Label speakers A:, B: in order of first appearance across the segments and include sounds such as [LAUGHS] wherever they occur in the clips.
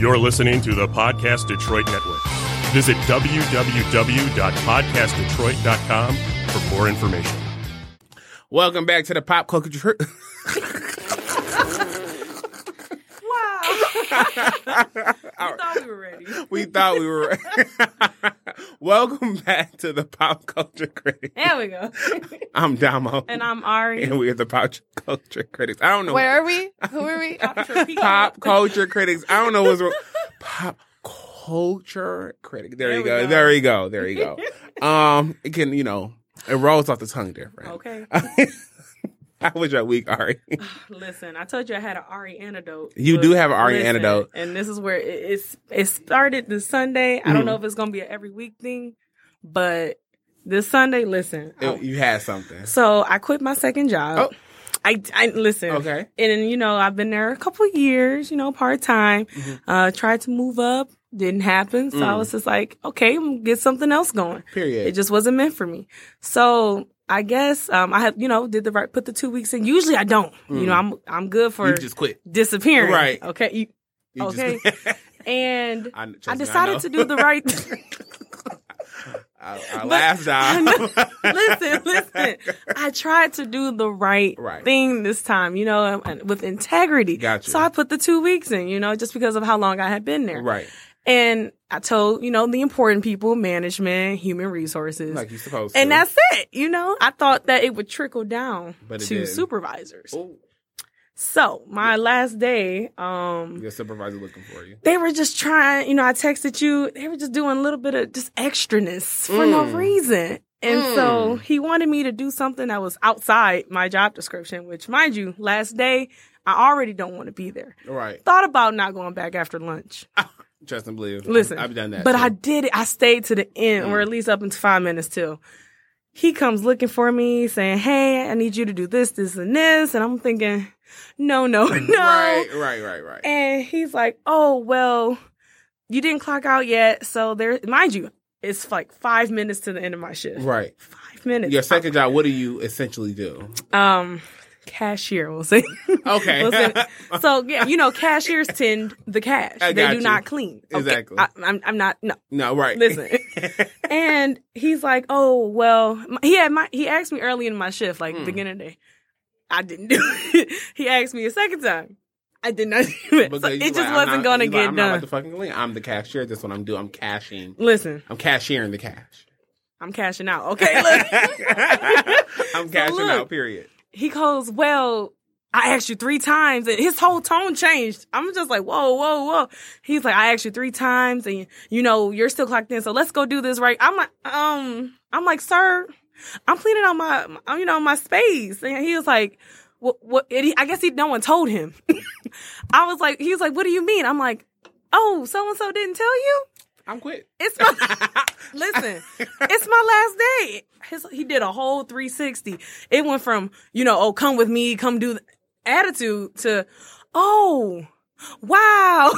A: You're listening to the Podcast Detroit Network. Visit www.podcastdetroit.com for more information.
B: Welcome back to the pop culture. Tri- [LAUGHS]
C: Wow. [LAUGHS] I thought we were ready.
B: [LAUGHS] we thought we were. [LAUGHS] Welcome back to the pop culture critic.
C: There we
B: [LAUGHS]
C: go.
B: I'm Damo,
C: and I'm Ari.
B: and we are the pop culture critics. I don't know
D: Where are we? Who are we?
B: [LAUGHS] pop culture critics. I don't know what's wrong. Pop culture critic. There, you
C: we
B: go.
C: go.
B: There you go. There you
C: [LAUGHS]
B: go. um, it can you know it rolls off the tongue different. [LAUGHS]
C: Okay.
B: How was your week,
C: [LAUGHS]
B: Ari?
C: Listen, I told you I had an Ari antidote.
B: You
C: but
B: do have an Ari antidote.
C: And this is where it, it's it started this Sunday.
B: Mm.
C: I don't know if it's gonna be an every week thing, but this Sunday, listen. I-
B: you had something.
C: so I quit my second job.
B: Oh.
C: I, I listen.
B: Okay.
C: And you know, I've been there a couple of years, you know, part time.
B: Mm-hmm.
C: Uh tried to move up, didn't happen. So I was just like, okay, I'm gonna get something else going.
B: Mm. Period.
C: It just wasn't meant for me. So I guess um I have you know, did the right put the two weeks in. Usually I don't. You know, I'm I'm good for
B: Mm. you just quit.
C: disappearing.
B: Right.
C: Okay. You-
B: You
C: okay.
B: Just,
C: and
B: [LAUGHS] I-
C: I,
B: trust me, I
C: decided
B: know.
C: to do the right
B: [LAUGHS]
C: thing.
B: I,
C: [LAUGHS]
B: I laughed
C: I know.
B: out. [LAUGHS]
C: listen, listen. I tried to do the right,
B: Right.
C: thing this time, you know, and- and with integrity.
B: Gotcha.
C: So I put the two weeks in, you know, just because of how long I had been there.
B: right.
C: And I told, you know, the important people, management, human resources.
B: Like you supposed to.
C: and that's it, you know. I thought that it would trickle down
B: But it
C: to
B: didn't. Oh.
C: supervisors.
B: Ooh,
C: So my last day, um,
B: your supervisor looking for you.
C: they were just trying, you know, I texted you, they were just doing a little bit of just extraness for no
B: Mm.
C: reason. And so he wanted me to do something that was outside my job description, which mind you, last day, I already don't want to be there.
B: Right.
C: Thought about not going back after lunch.
B: Trust and believe.
C: Listen,
B: I've done that.
C: But
B: too. Mm.
C: I did it. I stayed to the end, or at least up until five minutes till. He comes looking for me, saying, "Hey, I need you to do this, this, and this." And I'm thinking, "No, no, [LAUGHS] no."
B: Right. Right. Right. Right.
C: And he's like, "Oh well, you didn't clock out yet, so there." Mind you, it's like five minutes to the end of my shift. [LAUGHS]
B: right.
C: Five minutes.
B: Your second job. What do you essentially do?
C: um cashier
B: [LAUGHS]
C: will say.
B: Okay.
C: We'll say- so yeah, you know, cashiers tend the cash.
B: I
C: they
B: got
C: do
B: you.
C: not clean. Okay,
B: Exactly.
C: I, I'm, I'm not. No,
B: [LAUGHS] no. Right. [LAUGHS]
C: listen. and he's like, "Oh well," my- he had my. He asked me early in my shift,
B: Hmm.
C: like beginning of the day. I didn't do it. [LAUGHS] he asked me a second time. I did not do it.
B: Because
C: So
B: you
C: it just
B: like, I'm
C: wasn't
B: not-
C: going to
B: you
C: get
B: like, I'm Not
C: done.
B: about to fucking clean. I'm the cashier. That's what I'm doing. I'm cashing.
C: Listen,
B: I'm cashiering the
C: [LAUGHS]
B: cash.
C: I'm cashing out. Okay, look.
B: [LAUGHS] I'm cashing
C: look.
B: out. Period.
C: he goes, "Well, I asked you three times," and his whole tone changed. I'm just like, "Whoa, whoa, whoa!" He's like, "I asked you three times, and you know you're still clocked in, so let's go do this right." I'm like, "Um," I'm like, "Sir, I'm cleaning out my, my you know, my space," and he was like. What, what, and he, I guess he, no one told him. [LAUGHS] I was like, he was like, what do you mean? I'm like, oh, so and so didn't tell you?
B: I'm quit. [LAUGHS]
C: It's [LAUGHS] my listen. It's my last day. His, he did a whole 360. It went from you know, oh, come with me, come do the attitude to, oh, wow,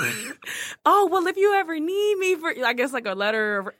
C: [LAUGHS] oh, well, if you ever need me for, I guess like a letter. Or,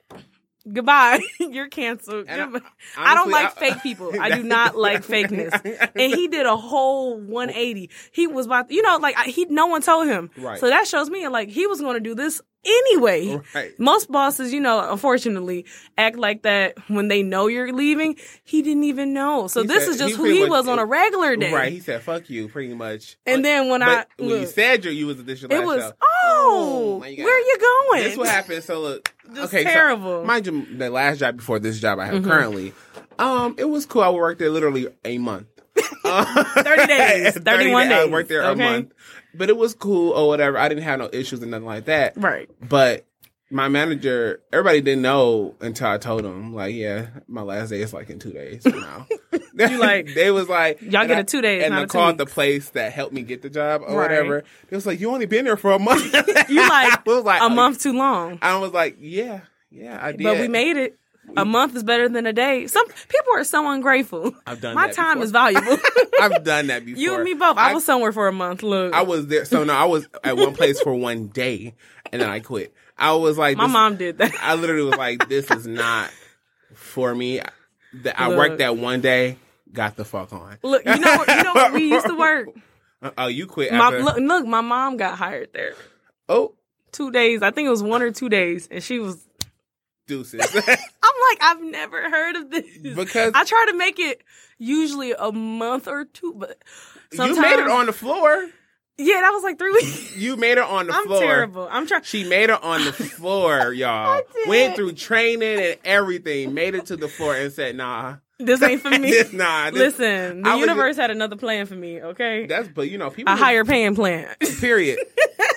C: Goodbye. [LAUGHS] You're canceled.
B: And I-
C: Goodbye. I
B: honestly,
C: don't like
B: I-
C: fake people.
B: [LAUGHS]
C: I do not like fakeness. And he did a whole 180. He was about, you know, like I, he. No one told him.
B: Right.
C: So that shows me like he was going to do this anyway.
B: Right.
C: Most bosses, you know, unfortunately, act like that when they know you're leaving. He didn't even know. So
B: He
C: this
B: said-
C: is just
B: he
C: who
B: pretty
C: he
B: much-
C: was on a regular day.
B: Right. He said, "Fuck you," pretty much.
C: And then when
B: But
C: I
B: when you
C: look,
B: said you you was a dish
C: it was, oh,
B: my God.
C: where you going?
B: This what
C: [LAUGHS]
B: happened. So look,
C: This
B: okay, so
C: terrible. Mm-hmm.
B: mind you, the last job before this job I have currently, um, it was cool. I worked there literally a month. [LAUGHS]
C: 30 days, 31
B: I
C: days.
B: worked there
C: okay?
B: a month, but it was cool or whatever. I didn't have no issues and nothing like that.
C: Right.
B: But my manager, everybody didn't know until I told them. Like, yeah, my last day is like in two days from
C: [LAUGHS]
B: now. you
C: like,
B: [LAUGHS] they was like
C: "Y'all
B: and
C: get
B: I-
C: a two days,
B: and
C: not
B: I
C: a two
B: called the
C: weeks."
B: place that helped me get the job or
C: Right.
B: whatever. It was like you only been there for a month. I
C: [LAUGHS]
B: [LAUGHS]
C: You like
B: was like
C: a
B: "Oh,
C: month too long.
B: I was like, yeah, yeah, I did.
C: But we made it. A month is better than a day. Some people are so ungrateful.
B: I've done
C: My
B: that
C: time
B: [LAUGHS] before.
C: is valuable.
B: [LAUGHS] I've done that before.
C: [LAUGHS] you and me both. I,
B: I-
C: was somewhere for a month. Look,
B: I was there. So no, I was at one place for one day, and then I quit. I was like,
C: my
B: this-
C: mom did that. [LAUGHS]
B: I literally was like, this is not for me. I- the- I worked
C: Look.
B: that one day. Got the fuck on.
C: Look, you know, you know where we used to work.
B: Uh, Oh, you quit. [LAUGHS]
C: My,
B: after-
C: look, look, my mom got hired there.
B: oh,
C: two days. I think it was one or two days, and she was.
B: Deuces. [LAUGHS]
C: I'm like, I've never heard of this.
B: because
C: I try to make it usually a month or two, but sometimes
B: you made her on the floor.
C: Yeah, that was like three weeks.
B: You made her on [LAUGHS] the
C: I'm
B: floor.
C: terrible. I'm trying.
B: She made her on the
C: [LAUGHS]
B: floor, y'all.
C: did.
B: Went through training and everything, made it to the floor and said, "Nah,
C: This ain't
B: [LAUGHS]
C: for me.
B: this, nah." This,
C: [LAUGHS] Listen, the
B: I was-
C: universe had another plan for me. Okay,
B: that's but you know people.
C: a higher paying plan. [LAUGHS]
B: period.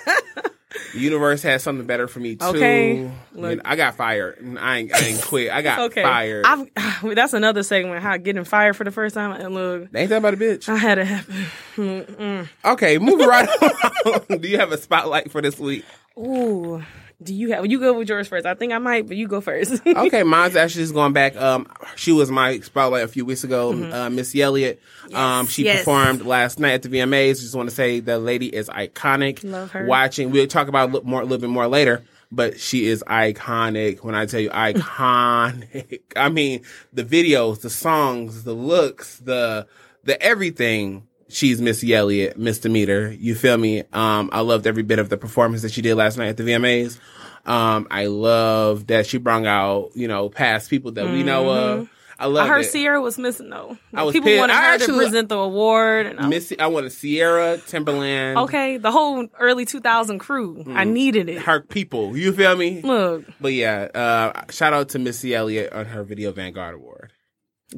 B: the universe has something better for me too.
C: Okay,
B: I, mean,
C: look.
B: I got fired. I ain't, I ain't quit. I got
C: okay,
B: fired.
C: I've, [SIGHS] that's another segment. How getting fired for the first time. And look,
B: Ain't that about a bitch?
C: I had it happen.
B: Okay, moving right [LAUGHS] on. Do you have a spotlight for this week?
C: Ooh, do you have? You go with yours first. I think I might, but you go first.
B: Okay, mine's actually just going back. Um, she was my spotlight a few weeks ago. Uh, Miss Elliott. Um, she
C: Mm-hmm. yes.
B: performed last night at the VMAs. Just want to say the lady is iconic.
C: Love her.
B: Watching, we'll talk about a little more a little bit more later. But she is iconic. When I tell
C: [LAUGHS]
B: you iconic, I mean the videos, the songs, the looks, the the everything. She's Missy Elliott, Miss Demeter. You feel me? Um, I loved every bit of the performance that she did last night at the VMAs. Um, I love that she brought out, you know, past people that we know of. I love
C: Mm-hmm. I heard
B: it.
C: Sierra was missing though.
B: I was
C: People
B: pissed.
C: wanted
B: I
C: her to
B: actually-
C: present the award. And I was-
B: Missy, I wanted Sierra, Timberland,
C: okay, the whole early 2000 crew. I needed it.
B: Mm. her people. You feel me?
C: Look,
B: But yeah, uh, shout out to Missy Elliott on her Video Vanguard Award.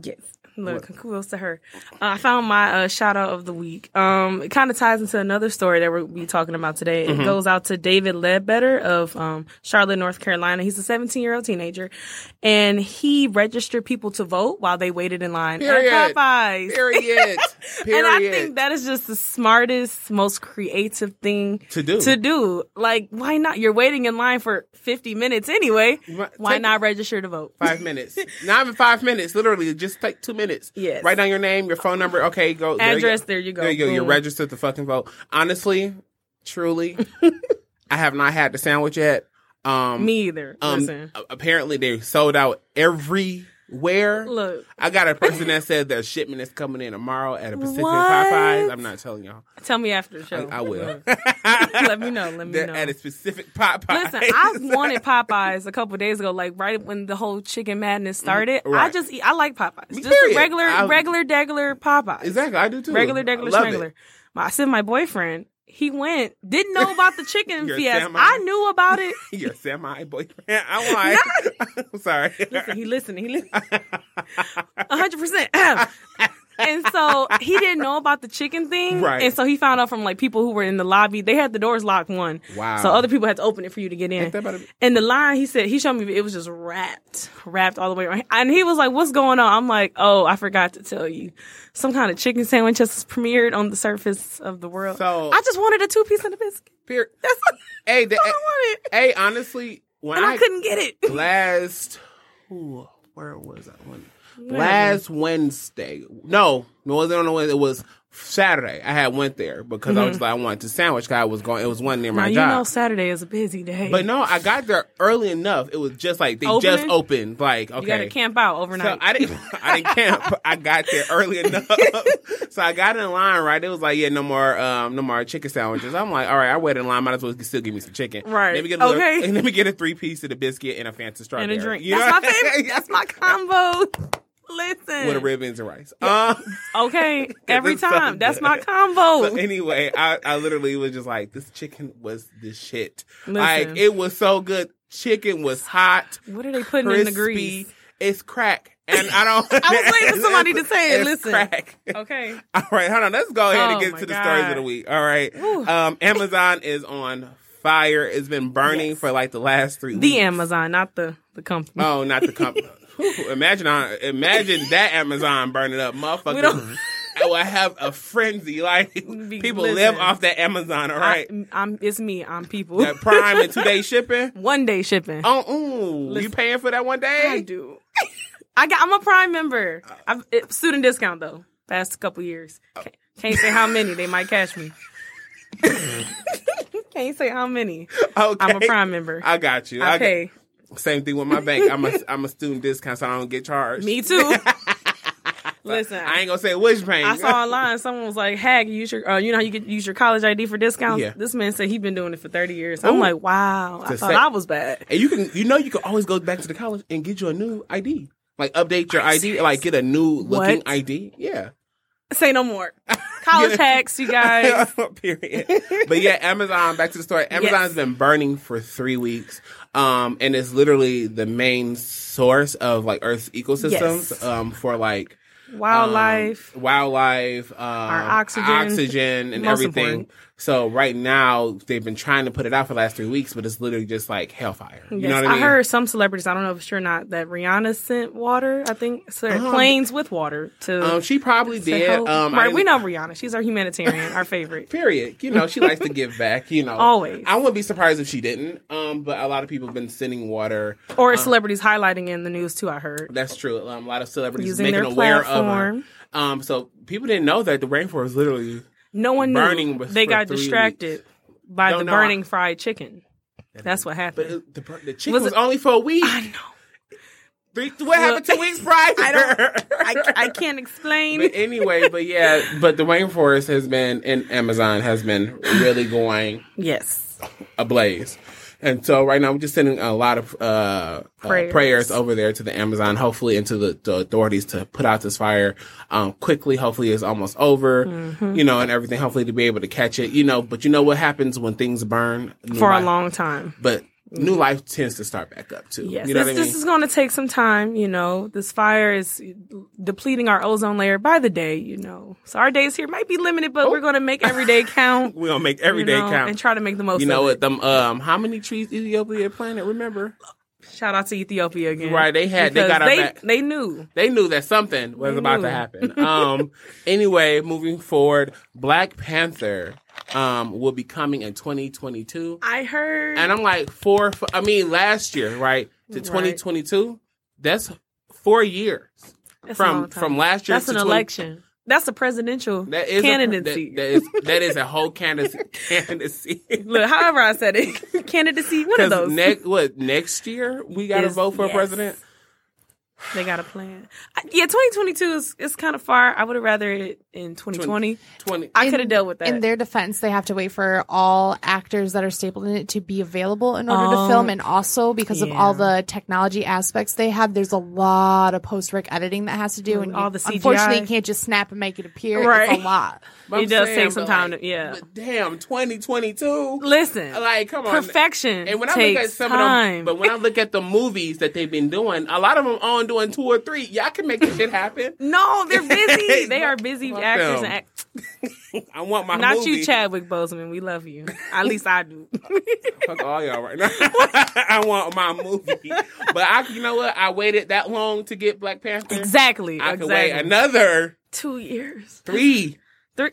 C: Yes. Look, kudos to her. Uh, I found my uh, shout out of the week. Um, it kind of ties into another story that we'll be talking about today.
B: Mm-hmm.
C: It goes out to David Ledbetter of um, Charlotte, North Carolina. He's a 17 year old teenager, and he registered people to vote while they waited in line at
B: Period.
C: Popeyes.
B: Period. Period.
C: [LAUGHS] And I think that is just the smartest, most creative thing
B: To do.
C: To do, like, why not? You're waiting in line for 50 minutes anyway.
B: Right.
C: Why
B: Take-
C: not register to vote? [LAUGHS]
B: five minutes. Not even five minutes. Literally, just take two minutes.
C: Yes.
B: Write down your name, your phone number. Okay, go. there you go.
C: Address, there you go.
B: There you go. You're
C: Boom.
B: registered to fucking vote. Honestly,
C: [LAUGHS]
B: truly, I have not had the sandwich yet. Um,
C: Me either.
B: um,
C: Listen,
B: a- apparently they sold out everywhere.
C: look.
B: I got a
C: [LAUGHS]
B: person that said their shipment is coming in tomorrow at a Pacific
C: What?
B: Popeyes. I'm not telling y'all.
C: Tell me after the show.
B: I will. [LAUGHS]
C: Let me know. Let me
B: They're
C: know.
B: at a specific Popeyes. [LAUGHS]
C: Listen, I wanted Popeyes a couple days ago, like right when the whole chicken madness started. I
B: Mm, right.
C: just eat. I like Popeyes, just a
B: period.
C: regular,
B: I-
C: regular, degular Popeyes.
B: exactly. I do too.
C: Regular,
B: I
C: degular,
B: love it.
C: regular. My, I said my boyfriend. He went, didn't know about the chicken
B: [LAUGHS] Your
C: fiasco.
B: semi.
C: I knew about it.
B: Your semi boyfriend.
C: [LAUGHS]
B: I want. [LAUGHS] I'm sorry.
C: Listen, he listened. He listened. hundred percent. [CLEARS THROAT] And so he didn't know about the chicken thing,
B: Right.
C: And so he found out from like people who were in the lobby. They had the doors locked one,
B: Wow.
C: So other people had to open it for you to get in.
B: that about it?
C: And the line, he said, he showed me it was just wrapped, wrapped all the way around. And he was like, "What's going on?" I'm like, "Oh, I forgot to tell you, some kind of chicken sandwich just premiered on the surface of the world.
B: So-
C: I just wanted a two piece and a biscuit.
B: Period.
C: That's
B: Hey, the, eh,
C: all I wanted,
B: hey, honestly, when
C: and I couldn't get it.
B: Oh last ooh, where was I? When, last Wednesday. No, it wasn't on the Wednesday. It was Saturday. I had went there because I was like, I wanted to sandwich. 'cause I was going. It was one near
C: Mm-hmm. Now
B: my
C: you know
B: job.
C: Saturday is a busy day,
B: But no, I got there early enough. It was just like they
C: Opening?
B: just opened. Like okay,
C: you got to camp out overnight.
B: So I didn't [LAUGHS] I didn't camp. I got there early
C: [LAUGHS]
B: enough. so I got in line, right? It was like, yeah, no more um no more chicken sandwiches. I'm like, all right, I waited in line, might as well still give me some chicken.
C: Right.
B: Let me get a little, [LAUGHS]
C: Okay.
B: let me get a three piece of the biscuit and a fancy strawberry.
C: and a drink.
B: You know
C: That's
B: what
C: my
B: I'm saying? [LAUGHS]
C: favorite. That's my combo. Listen.
B: With a ribbons and rice. Um, [LAUGHS]
C: Okay, every
B: That sounds
C: time. That's my
B: good.
C: combo.
B: so anyway, I, I literally was just like, this chicken was the shit. Like
C: Listen.
B: it was so good. Chicken was hot.
C: what are they putting in the grease?
B: It's crack. And I don't.
C: [LAUGHS] I was waiting for somebody to say
B: [LAUGHS]
C: it.
B: It's
C: Listen.
B: crack. [LAUGHS]
C: Okay.
B: All right, hold on. Let's go ahead
C: Oh,
B: and get
C: my
B: to the
C: God.
B: stories of the week. All right. Um, Amazon is on fire. It's been burning for like the last three
C: The
B: weeks.
C: Amazon, not the, the company.
B: Oh, not the
C: [LAUGHS]
B: company. imagine I, imagine that Amazon burning up.
C: We
B: Motherfuckers
C: don't-
B: I will have a frenzy. [LAUGHS]
C: [LAUGHS]
B: Like people live
C: listen.
B: off that Amazon, all
C: I,
B: right?
C: am it's me. I'm people. [LAUGHS]
B: that prime and two day shipping.
C: One day shipping.
B: Oh, ooh, you
C: Listen.
B: paying for that one
C: I
B: day?
C: do. I got. I'm a Prime member. I've, it, student discount though. Past couple years. Can't, can't say how many. They might cash me. [LAUGHS] can't say how many.
B: Okay.
C: I'm a Prime member. I,
B: I got you. I got-
C: pay.
B: [LAUGHS] same thing with my bank. I'm a I'm a student discount, so I don't get charged.
C: Me too. Listen,
B: I ain't gonna say which pain.
C: I
B: [LAUGHS]
C: saw online someone was like, "Hag, use your, uh, you know, how you could use your college ID for discounts."
B: Yeah.
C: This man said he'd been doing it for thirty years. I'm
B: Ooh.
C: like, wow, I
B: To
C: thought
B: say-
C: I was bad.
B: and you can, you know, you can always go back to the college and get you a new ID. Like update your ID, like get a new looking
C: What?
B: ID. Yeah.
C: Say
B: [LAUGHS]
C: no more. College
B: Yeah.
C: hacks, you guys.
B: Period. But yeah, Amazon. Back to the story. Amazon's been burning for three weeks, um, and it's literally the main source of like Earth's ecosystems
C: Yes.
B: um, for like [LAUGHS] um,
C: Wildlife.
B: wildlife, um, our
C: oxygen.
B: oxygen, and
C: Most
B: everything.
C: important.
B: So right now they've been trying to put it out for the last three weeks, but it's literally just like hellfire. You
C: Yes,
B: know what
C: I
B: I mean?
C: heard some celebrities. I don't know if it's true or not. That Rihanna sent water. I think so,
B: Um,
C: planes with water to.
B: Um, she probably
C: to
B: did.
C: help.
B: Um, I
C: right,
B: didn't-
C: we know Rihanna. She's our humanitarian,
B: [LAUGHS]
C: our favorite.
B: Period. You know, she likes to give back. You know,
C: Always.
B: I wouldn't be surprised if she didn't. Um, but a lot of people have been sending water.
C: Or celebrities highlighting in the news too. I heard
B: That's true. Um, a lot of celebrities
C: Using
B: making
C: their
B: aware of.
C: platform.
B: her. Um, so people didn't know that the rainforest literally.
C: no one
B: Burning
C: knew.
B: was
C: They
B: for
C: got
B: three
C: distracted by
B: No,
C: the
B: no,
C: burning
B: I-
C: fried chicken. That's what
B: But
C: happened.
B: it, the, bur- the chicken
C: Was
B: was,
C: it-
B: only for a week.
C: I know.
B: Three, what happened two weeks prior?
C: I
B: [LAUGHS]
C: don't. I, I can't explain.
B: but anyway, but yeah, but the rainforest has been and Amazon has been really going
C: [LAUGHS] yes.
B: ablaze. And so right now we're just sending a lot of uh, prayers.
C: Prayers.
B: Uh, prayers over there to the Amazon, hopefully, and to the, the authorities to put out this fire um, quickly. Hopefully, it's almost over,
C: Mm-hmm.
B: you know, and everything. Hopefully, to be able to catch it, you know. But you know what happens when things burn New
C: For a
B: life-
C: long time.
B: But new life tends to start back up too.
C: Mm-hmm. Yes,
B: you know
C: this,
B: what I mean.
C: this is going to take some time. You know, this fire is depleting our ozone layer by the day. You know, so our days here might be limited, but we're going to make every day count.
B: we're gonna make Oh. [LAUGHS] every
C: you
B: day
C: know,
B: count.
C: and try to make the most.
B: you know
C: of
B: what? Them um, how many trees Ethiopia planted? Remember,
C: It. Shout out to Ethiopia again.
B: right? They had they
C: Because
B: got our
C: they,
B: back.
C: they knew.
B: They knew that something was about to
C: knew.
B: happen.
C: [LAUGHS]
B: Um, anyway, moving forward, Black Panther um will be coming in 2022,
C: I heard.
B: and I'm like four. f- I mean, last year, right to
C: Right.
B: 2022, that's four years
C: That's a
B: from
C: long time.
B: from last year.
C: That's
B: to
C: an
B: 20
C: election. That's a presidential
B: That is a-
C: candidacy.
B: that- that is that is a whole [LAUGHS] candidacy. candidacy.
C: Look, however I said it, [LAUGHS] candidacy. One
B: Because
C: of those.
B: next, what next year we got to
C: Is-
B: vote for
C: yes.
B: a president?
C: They got a plan. I, yeah, 2022 is it's kind of far. I would have rather it in 2020.
B: Twenty.
C: I could have dealt with that.
D: In their defense, they have to wait for all actors that are stapled in it to be available in order
C: Oh,
D: to film, and also because of all
C: yeah.
D: the technology aspects they have, there's a lot of post rec editing that has to do, and
C: All
D: you-
C: the CGI.
D: unfortunately you can't just snap and make it appear. It's
C: Right.
D: a lot.
B: But I'm
C: It does
B: saying,
C: take some
B: but
C: time
B: like-
C: to- yeah.
B: But damn, twenty twenty two.
C: Listen,
B: Like, come on.
C: perfection
B: And when I
C: takes
B: look at some
C: time.
B: of them, but when I look at the movies that they've been doing, a lot of them on doing two or three. Y'all can make this shit happen.
C: no, they're busy.
B: [LAUGHS]
C: They are busy
B: Fuck
C: actors.
B: them.
C: And act-
B: I want my
C: not
B: movie.
C: you, Chadwick Boseman. We love you. At least
B: [LAUGHS]
C: I do.
B: Fuck all y'all right now. [LAUGHS] I want my movie. But I, you know what? I waited that long to get Black Panther.
C: exactly.
B: I could
C: exactly.
B: wait another
C: Two years.
B: three,
C: Three.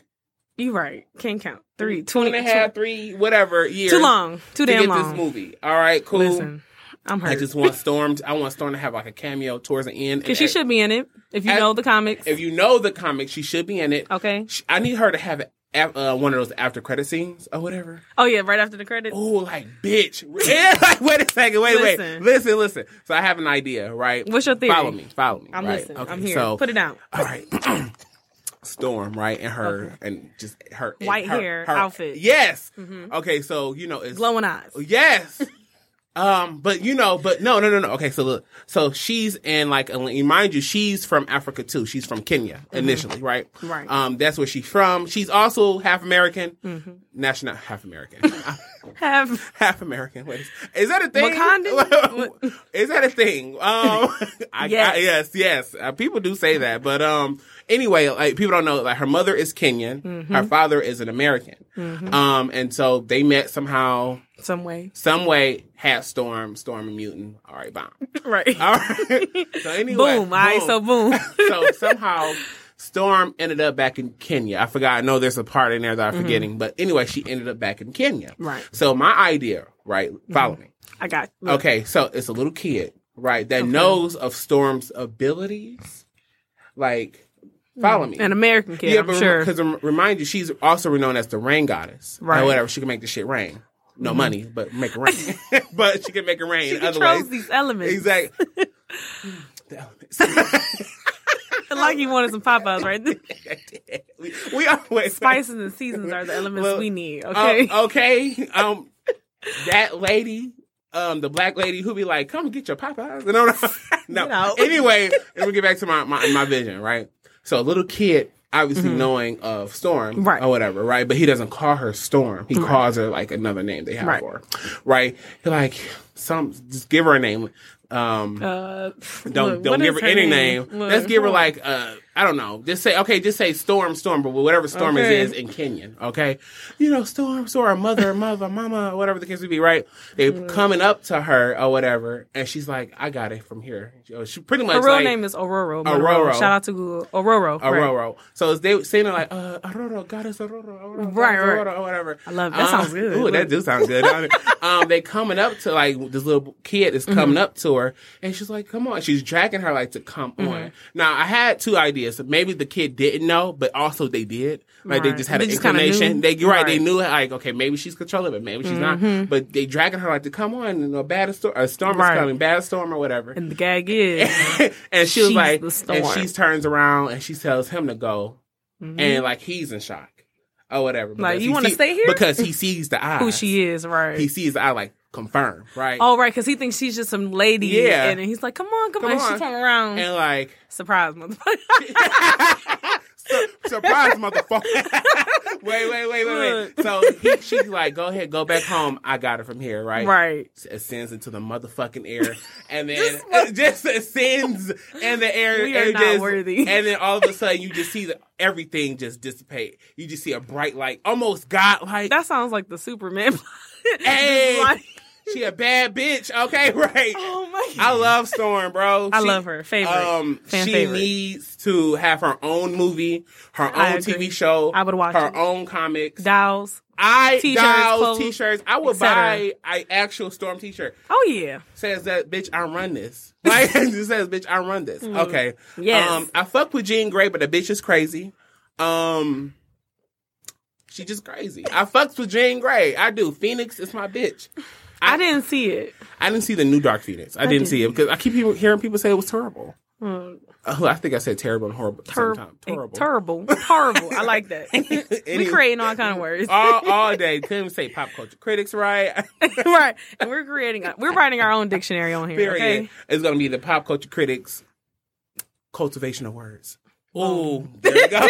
C: You right. Can't count. Three.
B: two
C: Twenty.
B: and a half, three, whatever years.
C: Too long. Too
B: to
C: damn
B: get
C: long.
B: this movie. All right, cool.
C: Listen, I'm
B: I
C: hurt.
B: just
C: [LAUGHS]
B: want Storm. To, I want Storm to have like a cameo towards the end.
C: Cause she should be in it if you
B: I-
C: know the comics.
B: If you know the comic, she should be in it.
C: okay.
B: She- I need her to have a- uh, one of those after credit scenes or whatever.
C: Oh yeah. Right after the credits.
B: Oh, like bitch. [LAUGHS] Yeah, like, wait a second. Wait, wait.
C: Listen.
B: Listen, listen. So I have an idea, right?
C: What's your theory?
B: Follow me. Follow me.
C: I'm
B: right?
C: listening.
B: Okay,
C: I'm here.
B: So,
C: Put it down.
B: All right. [CLEARS THROAT] Storm, right, and her, and just her and
C: White
B: her-
C: hair,
B: her-
C: outfit. Mm-hmm.
B: Yes. Okay, so you know it's
C: Glowing eyes.
B: Oh, Yes. Um, but you know, but no, no, no, no. Okay, so look, so she's in like, and mind you, she's from Africa too. She's from Kenya initially, right?
C: Mm-hmm. Right.
B: Um, that's where she's from. She's also half American,
C: Mm-hmm.
B: national half American, [LAUGHS]
C: Have
B: half American. What is, is that a thing? [LAUGHS]
C: Wakandan?
B: is that a
C: [LAUGHS]
B: thing? Um, I, yes.
C: Yes.
B: I, yes, yes. Uh, people do say that, but um, anyway, like people don't know. Like her mother is Kenyan,
C: Mm-hmm.
B: her father is an American, um, and so they met somehow
C: some way.
B: some way had Storm, Storm and Mutant. All [LAUGHS] right,
C: [LAUGHS]
B: bomb.
C: Right.
B: All right. So [LAUGHS] anyway,
C: boom. All right.
B: [LAUGHS]
C: So boom.
B: so somehow Storm ended up back in Kenya. I forgot. I know there's a part in there that I'm forgetting, but anyway, she ended up back in Kenya.
C: Mm-hmm. Right. Mm-hmm.
B: So my idea, right? Follow me.
C: I got. Look.
B: Okay, so it's a little kid, right, that knows of Storm's abilities. Like, follow me.
C: An American kid. I'm sure.
B: Because remind you, she's also known as the rain goddess. Right.
C: Right. Mm-hmm.
B: whatever, she can make the shit rain. No money, but make it
C: [LAUGHS]
B: rain. [LAUGHS] but she can make it rain.
C: She
B: in other [LAUGHS]
C: controls [LAUGHS]
B: ways.
C: these elements.
B: [LAUGHS] Exactly. the elements.
C: feel like you wanted some Popeyes right
B: [LAUGHS]
C: there.
B: we, we are wait,
C: Spices and seasons are the elements
B: Well,
C: we need.
B: um,
C: Okay. [LAUGHS]
B: okay. Um, that lady, um, the black lady who be like, "Come get your Popeyes." [LAUGHS] No, no, no.
C: Get out.
B: Anyway, let me get back to my my, my vision. Right. So a little kid, obviously knowing of Storm,
C: Mm-hmm. Right.
B: or whatever, right? But he doesn't call her Storm. He calls her like another name they have
C: Right.
B: for her, right? He like some just give her a name. Um,
C: uh,
B: don't
C: look,
B: don't
C: what
B: give
C: is
B: her any name.
C: name?
B: Let's
C: Look,
B: give her
C: hold on.
B: like uh I don't know. Just say okay, just say storm, storm, but whatever storm
C: Okay.
B: is is in Kenyan, okay? You know, storm, storm, mother, [LAUGHS] mother, mama, whatever the case would be, right? They coming up to her or whatever, and she's like, I got it from here. She- She pretty much
C: Her real
B: like,
C: name is Ororo.
B: Ororo.
C: Ororo. Shout out to Google. Ororo. right.
B: Aurora. So it's- they saying it like uh, Aurora, goddess Aurora, Aurora,
C: Right,
B: goddess
C: right.
B: Aurora, or whatever. Um,
C: I love- that sounds good.
B: Ooh, that do sound good.
C: [LAUGHS]
B: I mean, um, they coming up to like this little kid
C: Mm-hmm.
B: is coming up to her, and she's like, "Come on!" She's dragging her like to come
C: Mm-hmm.
B: on. Now I had two ideas. Maybe the kid didn't know, but also they did. Like they
C: Right.
B: just had
C: They
B: an
C: just kinda knew.
B: inclination. They right, They
C: Right. Mm-hmm.
B: knew like okay, maybe she's controlling, but maybe she's not. But they dragging her like to come on. And a bad storm, a storm
C: Right.
B: is coming, bad storm or whatever
C: And the gag is.
B: [LAUGHS] and she was
C: She's
B: like,
C: the storm. Mm-hmm.
B: and she turns around and she tells him to go, and like he's in shock or whatever.
C: Like,
B: because
C: you
B: he
C: wanna
B: see-
C: stay here?
B: because
C: [LAUGHS]
B: he sees the eye.
C: who she is, right?
B: He sees the eye like confirm, right?
C: Oh, right, because he thinks she's just some lady.
B: Yeah.
C: And then he's like, come on, come,
B: Come
C: on.
B: on.
C: She turned around.
B: and like
C: Surprise, motherfucker.
B: Sur- surprise, motherfucker! [LAUGHS] wait, wait, wait, wait, wait. So he, she's like, go ahead, go back home. I got it from here, right?
C: right.
B: ascends into the motherfucking air, and then it just ascends in the air.
C: We are
B: and
C: not
B: just-
C: worthy.
B: And then all of a sudden, you just see the, everything just dissipate. You just see a bright light, almost godlike.
C: That sounds like the Superman. [LAUGHS]
B: Hey.
C: Like,
B: she a bad bitch, okay? [LAUGHS] Right.
C: oh my
B: I love Storm, bro.
C: I
B: She-
C: love her. Favorite.
B: Um,
C: Fan
B: she
C: favorite.
B: needs to have her own movie, her
C: I
B: own
C: agree.
B: TV show.
C: I would watch
B: her
C: it.
B: own comics.
C: Dolls.
B: I
C: T-shirts,
B: dolls,
C: clothes,
B: t-shirts. I would
C: et cetera.
B: buy a actual Storm t-shirt.
C: Oh, yeah.
B: says that bitch I run this.
C: [LAUGHS]
B: Right? [LAUGHS] it says bitch I run this. Okay.
C: Hmm. Yes.
B: Um I fuck with Jean Grey, but the bitch is crazy. Um she just crazy. I fucks with Jean Grey. I do. Phoenix is my bitch.
C: I, didn't see it.
B: I didn't see the new Dark Phoenix. I, didn't, see it because I keep hear- hearing people say it was terrible.
C: Mm,
B: Oh, I think I said terrible and horrible. at the same
C: Ter-
B: time.
C: terrible.
B: Terrible.
C: Terrible. Horrible. I like
B: [LAUGHS]
C: that.
B: Any-
C: we creating all kind
B: [LAUGHS]
C: of words.
B: all, all day. Couldn't even say pop culture critics right. [LAUGHS]
C: right. And we're creating, we're writing our own dictionary on here.
B: Period.
C: Okay.
B: It's gonna be the pop culture critics cultivation of words. Ooh, there we go. [LAUGHS]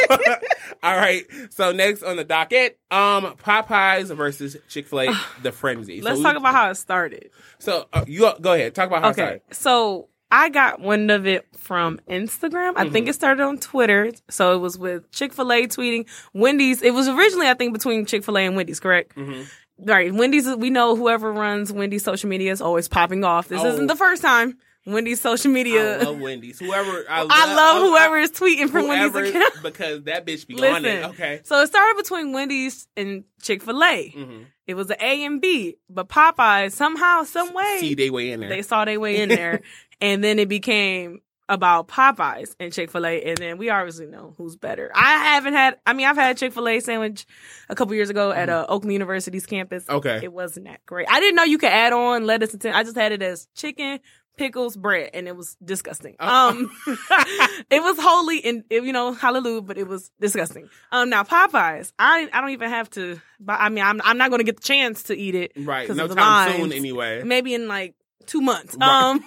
B: All right. So next on the docket, um, Popeyes versus Chick Fil A, the frenzy.
C: Ah, Let's
B: so
C: talk about how it started.
B: So uh, you go ahead. Talk about how.
C: Okay. So I got wind of it from Instagram. I
B: Mm-hmm.
C: think it started on Twitter. So it was with Chick fil A tweeting Wendy's. It was originally, I think, between Chick fil A and Wendy's, correct?
B: Mm-hmm.
C: Right. Wendy's, we know whoever runs Wendy's social media is always popping off. This
B: Oh.
C: isn't the first time Wendy's social media.
B: I
C: [LAUGHS]
B: love Wendy's. Whoever I love,
C: whoever is tweeting from
B: whoever
C: Wendy's account. [LAUGHS]
B: because that bitch be on
C: Listen.
B: it. Okay.
C: So it started between Wendy's and Chick fil A.
B: Mm. Mm-hmm.
C: It was an A and B, but Popeyes somehow, some way.
B: See, they way in there.
C: They saw
B: [LAUGHS]
C: their way in there, and then it became about Popeyes and Chick Fil A, and then we obviously know who's better. I haven't had. I mean, I've had Chick Fil A sandwich a couple years ago at uh, Oakland University's campus.
B: Mm-hmm. Okay.
C: it wasn't that great. I didn't know you could add on lettuce and. T- I just had it as chicken. Pickles, bread, and it was disgusting.
B: Oh. [LAUGHS]
C: Um, [LAUGHS] it was holy and it- you know hallelujah, but it was disgusting. Um, now Popeyes, I I don't even have to. Buy, I mean, I'm I'm not going to get the chance to eat it,
B: right.
C: 'cause
B: No
C: of the
B: time soon,
C: lines
B: anyway.
C: [LAUGHS] maybe in like two months.
B: Right.
C: Um,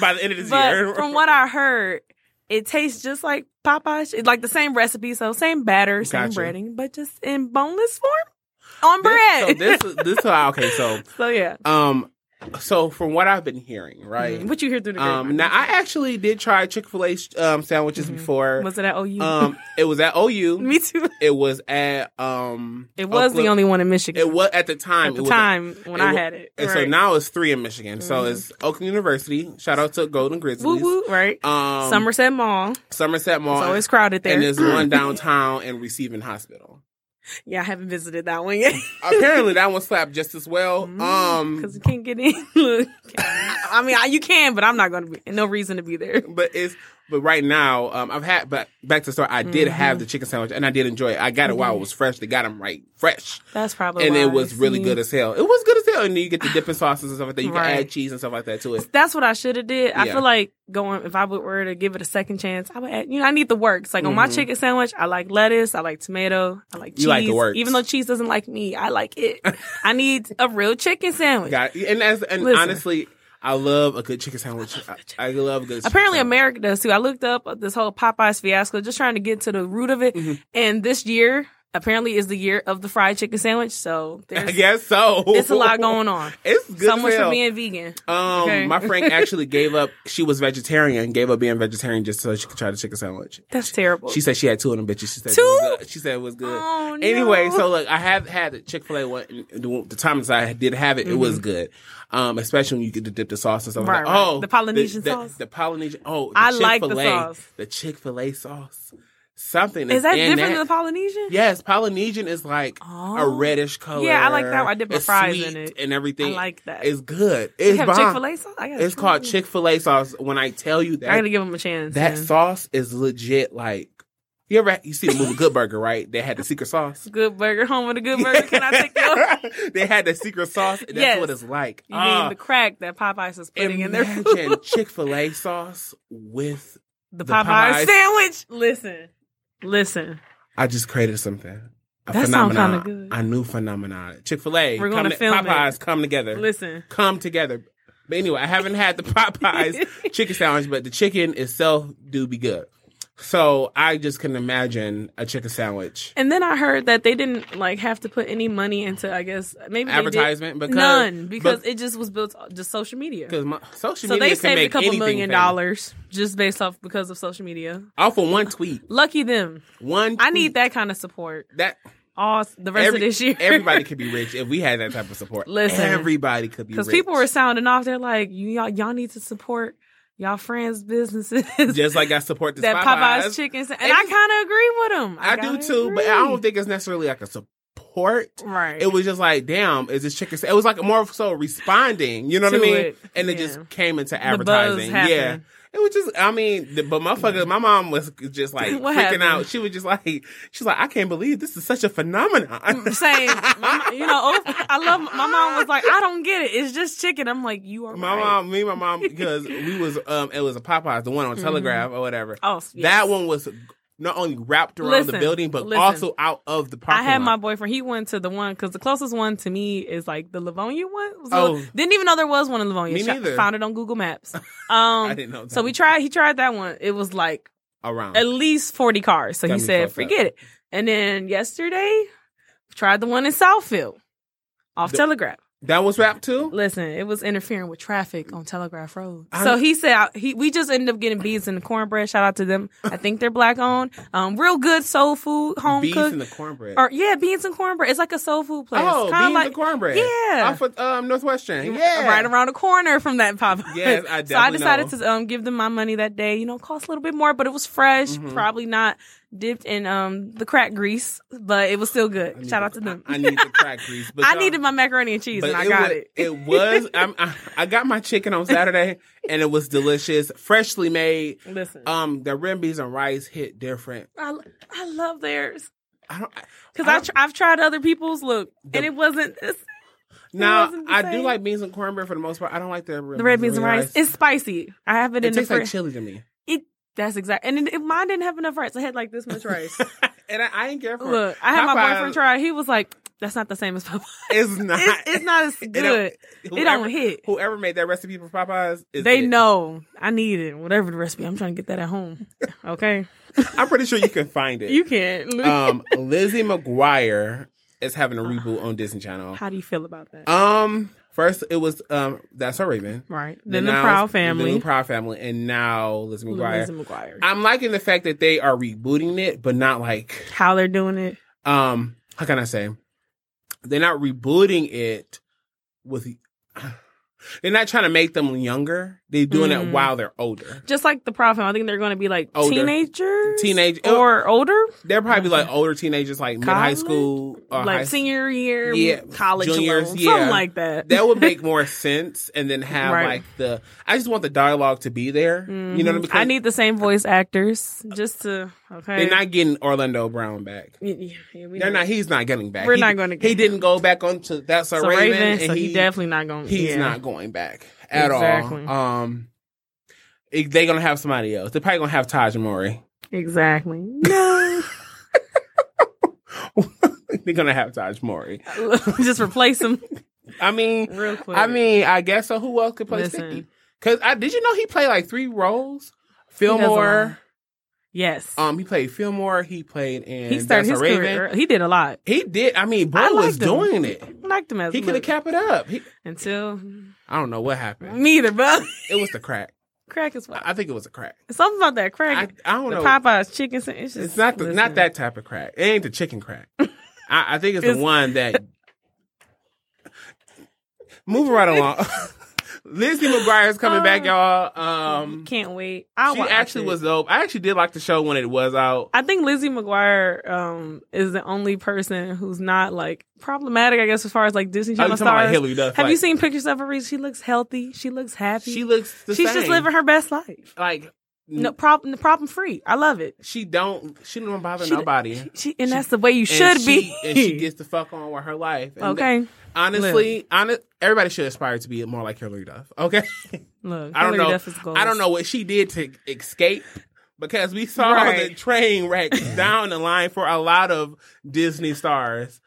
B: By the end of [LAUGHS] this year, [LAUGHS]
C: but from what I heard, it tastes just like Popeyes. It's like the same recipe, so same batter, same
B: Gotcha.
C: breading, but just in boneless form on
B: This-
C: bread.
B: So this, this, uh, okay. So,
C: [LAUGHS] So, yeah,
B: um, so from what I've been
C: Mm-hmm.
B: hearing, right?
C: what you hear through the
B: Um,
C: grapevine.
B: now I actually did try Chick Fil A um, sandwiches before.
C: Mm-hmm. was it at OU?
B: um, it was at OU.
C: [LAUGHS] Me too.
B: It was at um.
C: It was
B: Oakland-
C: the only one in Michigan
B: It was at the time.
C: at
B: it
C: the
B: was-
C: time when I
B: wa-
C: had it.
B: and so
C: Right. Mm-hmm.
B: now it's three in Michigan. So it's Oakland University. Shout out to Golden Grizzlies.
C: woo woo, right?
B: Um,
C: Somerset Mall.
B: Somerset Mall.
C: It's always crowded there.
B: And there's
C: [LAUGHS]
B: one downtown and Receiving Hospital.
C: [CLEARS THROAT] yeah, I haven't visited that one yet
B: Apparently that one slapped just as well.
C: Mm-hmm.
B: Um,
C: because Mm, you [LAUGHS] can't get in. Look, I mean, I, you can, but I'm not going to be. No reason to be there.
B: but it's But right now, um, I've had back back to the store. I did
C: Mm-hmm.
B: have the chicken sandwich, and I did enjoy it. I got it while it was fresh. They got them right fresh,
C: That's probably
B: and
C: why
B: it was
C: Mm-hmm. Oh, I
B: really
C: see.
B: good as hell. It was good as hell, and then you get the dipping sauces and stuff like that. You can
C: Right.
B: add cheese and stuff like that to it.
C: That's what I should have did. I
B: Yeah.
C: feel like going if I would were to give it a second chance, I would. Add, you know, I need the works. Like on my chicken sandwich, I like lettuce, I like tomato, I like
B: Mm-hmm.
C: cheese.
B: You like the works.
C: Even though cheese doesn't like me, I like
B: [LAUGHS]
C: it. I need a real chicken sandwich.
B: Got and as and
C: Listen.
B: honestly, I love a good chicken sandwich. I, I love a good.
C: Apparently,
B: chicken sandwich.
C: America does too. I looked up this whole Popeyes fiasco, just trying to get to the root of it.
B: Mm-hmm.
C: And this year, apparently, is the year of the fried chicken sandwich. So
B: I
C: there's,
B: guess so.
C: it's a lot going on.
B: [LAUGHS] It's good.
C: So
B: as
C: much for
B: hell.
C: being vegan.
B: Um,
C: Okay.
B: my friend
C: [LAUGHS]
B: actually gave up. She was vegetarian, gave up being vegetarian just so she could try the chicken sandwich.
C: That's terrible.
B: She said she had two of them bitches. She said it
C: Two?
B: was good. She said it was good.
C: Oh, no.
B: Anyway, so look, I have had the Chick Fil A one. and The, the times I did have it, it was good. Um, especially when you get to dip the sauce and stuff.
C: Mm-hmm. Right,
B: like,
C: right.
B: oh,
C: The Polynesian
B: the, the-
C: sauce.
B: The Polynesian. Oh, the
C: I like the
B: Chick-fil-A,
C: sauce.
B: The Chick Fil A sauce. Something
C: is that
B: in
C: different
B: that.
C: than the Polynesian?
B: Yes, Polynesian is like a
C: Oh.
B: reddish color.
C: Yeah, I like that one. I dip my
B: It's
C: fries
B: sweet
C: in it.
B: and everything.
C: I like that.
B: It's good.
C: They
B: It's
C: have
B: bomb.
C: Chick Fil A sauce. I gotta
B: It's
C: try
B: called
C: it.
B: Chick Fil A sauce. When I tell you
C: I
B: that
C: gotta give them a chance.
B: that
C: yeah.
B: sauce is legit, like you ever you see the movie Good Burger, right? They had the secret sauce.
C: Good burger, home of the good burger. Can I take
B: [LAUGHS]
C: your?
B: they had the secret sauce. And that's
C: Yes.
B: what it's like.
C: You
B: Ah,
C: mean the crack that Popeyes is putting in their
B: imagine
C: food?
B: Chick Fil A sauce with.
C: [LAUGHS] The
B: the
C: Popeyes
B: Popeyes.
C: sandwich. Listen, listen.
B: I just created something. A
C: That sound
B: phenomenon.
C: kinda good.
B: A new phenomenon. Chick Fil A.
C: We're gonna film it.
B: Popeyes come together.
C: Listen.
B: come together. But anyway, I haven't had the [LAUGHS]
C: [LAUGHS]
B: Popeyes chicken sandwich, but the chicken itself do be good. So I just couldn't imagine a chicken sandwich
C: And then I heard that they didn't like have to put any money into. I guess maybe they did.
B: advertisement because
C: none because it just was built just social media.
B: because my social
C: So
B: media
C: they
B: can
C: saved a
B: make
C: couple
B: anything
C: million
B: famous.
C: dollars just based off because of social media.
B: off of one tweet.
C: Lucky them.
B: One
C: I
B: tweet.
C: need that kind of support
B: that.
C: all the rest
B: every-
C: of this year.
B: [LAUGHS] everybody
C: [LAUGHS]
B: could be rich if we had that type of support.
C: Listen.
B: everybody could be rich
C: Because people were sounding off. They're like, you, y'all, y'all need to support y'all friends' businesses. [LAUGHS]
B: just like I support this
C: that Popeyes,
B: Popeyes
C: chicken. sa- And,
B: And
C: I
B: it's-
C: kind of agree with them.
B: I do too, but I don't think it's necessarily like a support.
C: Right.
B: It was just like, damn, is this chicken? It was like more so responding. You know
C: To
B: what I mean?
C: it,
B: And it
C: yeah.
B: just came into
C: The buzz
B: advertising. yeah.
C: happened.
B: It was just, I mean, the, but motherfucker, my mom was just like
C: [LAUGHS] What
B: freaking
C: happened?
B: out. She was just like, she's like, I can't believe this is such a
C: [LAUGHS]
B: phenomenon.
C: Same, my, mo-
B: [LAUGHS]
C: you know. oh, I love my mom was like, I don't get it. It's just chicken. I'm like, you [LAUGHS] are
B: My
C: right.
B: mom, me, and my mom, because we was, um, it was a Popeyes, the one on Telegraph or whatever.
C: Oh, Mm-hmm. yes.
B: That one was not only wrapped around the
C: Listen,
B: building, but
C: listen.
B: also out of the parking
C: I had
B: lot.
C: my boyfriend. He went to the one because the closest one to me is like the Livonia one. So,
B: Oh.
C: didn't even know there was one in Livonia.
B: Me
C: Shot-
B: neither.
C: Found it on
B: [LAUGHS]
C: Google Maps. Um,
B: didn't know that.
C: So we tried. He tried that one. It was like
B: around.
C: at least 40 cars. So
B: Got
C: he
B: me fucked
C: said,
B: up.
C: forget it. And then yesterday, tried the one in Southfield off Telegraph.
B: That was wrapped too?
C: Listen, it was interfering with traffic on Telegraph Road.
B: I'm-
C: so he said, he, we just ended up getting bees in the cornbread. Shout out to them. I think they're black owned. Um, real good soul food, home
B: Bees
C: cooked.
B: and the cornbread.
C: or yeah, beans and cornbread. It's like a soul food place.
B: Oh,
C: Kinda
B: beans and
C: like-
B: cornbread.
C: Yeah. Mm,
B: off of um, Northwestern. Yeah,
C: right around the corner from
B: [LAUGHS]
C: that Popeyes.
B: Yes, I
C: [LAUGHS] So I
B: definitely
C: decided
B: know.
C: to um give them my money that day. You know, it cost a little bit more, but it was fresh,
B: Mm-hmm.
C: probably not dipped in um the crack grease, but it was still good. Shout out to them.
B: I, I need the crack
C: [LAUGHS]
B: grease. But
C: I
B: y'all-
C: needed my macaroni and cheese,
B: but
C: and I got
B: was,
C: it.
B: It was. I'm, I, I got my chicken on Saturday, and it was delicious, freshly made.
C: Listen,
B: Um, the rim beans and rice hit different.
C: I, I love theirs
B: I don't. I-
C: because
B: I
C: I
B: don't-
C: tr- I've tried other people's look,
B: The-
C: and it wasn't it's,
B: Now
C: wasn't the
B: I do
C: same.
B: like beans and cornbread for the most part. I don't like the rim
C: the red beans and rice. It's spicy. I have it,
B: It
C: in the
B: tastes like
C: fridge.
B: chili to me,
C: it that's exact, and it, it- mine didn't have enough rice. I had like this much rice.
B: [LAUGHS] and I, I ain't care for
C: Look,
B: it.
C: I had my
B: Popeye
C: boyfriend try. it. He was like, "That's not the same as
B: [LAUGHS]
C: Popeye.
B: It's not.
C: [LAUGHS] It's,
B: [LAUGHS]
C: it's not as
B: don't-
C: good. it
B: whoever-
C: don't hit.
B: Whoever made that recipe for Popeyes, is
C: They
B: it.
C: know I need it. Whatever the recipe, I'm trying to get that at home. Okay,
B: I'm pretty sure you can
C: [LAUGHS]
B: find it.
C: you can.
B: um, Lizzie McGuire is having a reboot on Disney Channel.
C: How do you feel about that?
B: Um, first it was um, that's her Raven.
C: right. Then the
B: now
C: Proud
B: it's- then
C: Family,
B: the Proud Family, and now Lizzie McGuire.
C: Lizzie McGuire.
B: I'm liking the fact that they are rebooting it, but not like
C: How they're doing it.
B: um, how can I say? They're not rebooting it with. [SIGHS] They're not trying to make them younger. They're doing it
C: Mm-hmm.
B: while they're older.
C: Just like the problem, I think they're going to be like
B: Older.
C: teenagers,
B: Teenage- uh,
C: or older,
B: They're probably like older teenagers, like mid high
C: Mm-hmm. College?
B: school or high
C: like
B: school.
C: senior year,
B: Yeah,
C: college,
B: juniors,
C: level,
B: yeah.
C: something like that.
B: That would
C: [LAUGHS]
B: make more sense, and then have
C: Right.
B: like the. I just want the dialogue to be there. You know what I mean?
C: Mm-hmm. I need the same voice actors just to okay.
B: They're not getting Orlando Brown back.
C: Yeah, yeah, yeah, we
B: They're
C: know.
B: not. He's not getting back.
C: We're
B: He-
C: not gonna get
B: He didn't go back onto that's a
C: So
B: Raven.
C: Raven,
B: and
C: so he, definitely not going.
B: he's
C: yeah.
B: not going back at
C: Exactly.
B: all. Um, it- they're gonna have somebody else. They're probably gonna have Taj [LAUGHS] Mori.
C: exactly. No, [LAUGHS]
B: they're gonna have Taj Mori.
C: just replace him [LAUGHS]
B: I mean,
C: real quick.
B: I mean, I guess so. Who else could play
C: Listen.
B: Sticky? Because I did you know he played like three roles.
C: does a
B: Fillmore.
C: yes,
B: um, he played Fillmore. He played in
C: he started
B: That's a
C: his
B: Raven.
C: career. early. He did a lot.
B: He did. I mean, bro
C: I
B: was
C: liked him.
B: doing it.
C: Liked him as
B: He could have
C: look,
B: capped it up. He,
C: until [LAUGHS]
B: I don't know what happened.
C: neither, but
B: It was the crack.
C: [LAUGHS] crack is what
B: I I think it was a crack.
C: something about that
B: I,
C: crack.
B: I don't
C: the
B: know.
C: Popeyes chicken. sa- It's, just,
B: It's not the, not
C: listen.
B: that type of crack. It ain't the chicken crack. I, I think it's the
C: It's-
B: one that. Moving
C: [LAUGHS]
B: right along, [LAUGHS] Lizzie McGuire's coming back, y'all. Um,
C: Uh, Can't wait. I
B: she
C: watch
B: actually
C: it.
B: was dope. I actually did like the show when it was out.
C: I think Lizzie McGuire um, is the only person who's not like problematic, I guess, as far as like Disney
B: I
C: Channel
B: was Oh, talking about
C: stars.
B: Hillary Duff.
C: Have you seen pictures of her? Reese? She looks healthy. She looks happy.
B: She looks. The
C: She's
B: same.
C: just living her best life.
B: like
C: No problem. Problem free. I love it.
B: she don't. She don't bother
C: She-
B: nobody.
C: She, and that's the way you
B: And
C: should
B: she-
C: be.
B: And
C: [LAUGHS]
B: she gets the fuck on with her life. And
C: okay.
B: Honestly, honest, everybody should aspire to be more like Hillary Duff. Okay.
C: Look,
B: I don't
C: Hillary
B: know.
C: Duff is goals.
B: I don't know what she did to escape because we saw
C: Right.
B: the train wreck down the line for a lot of Disney stars.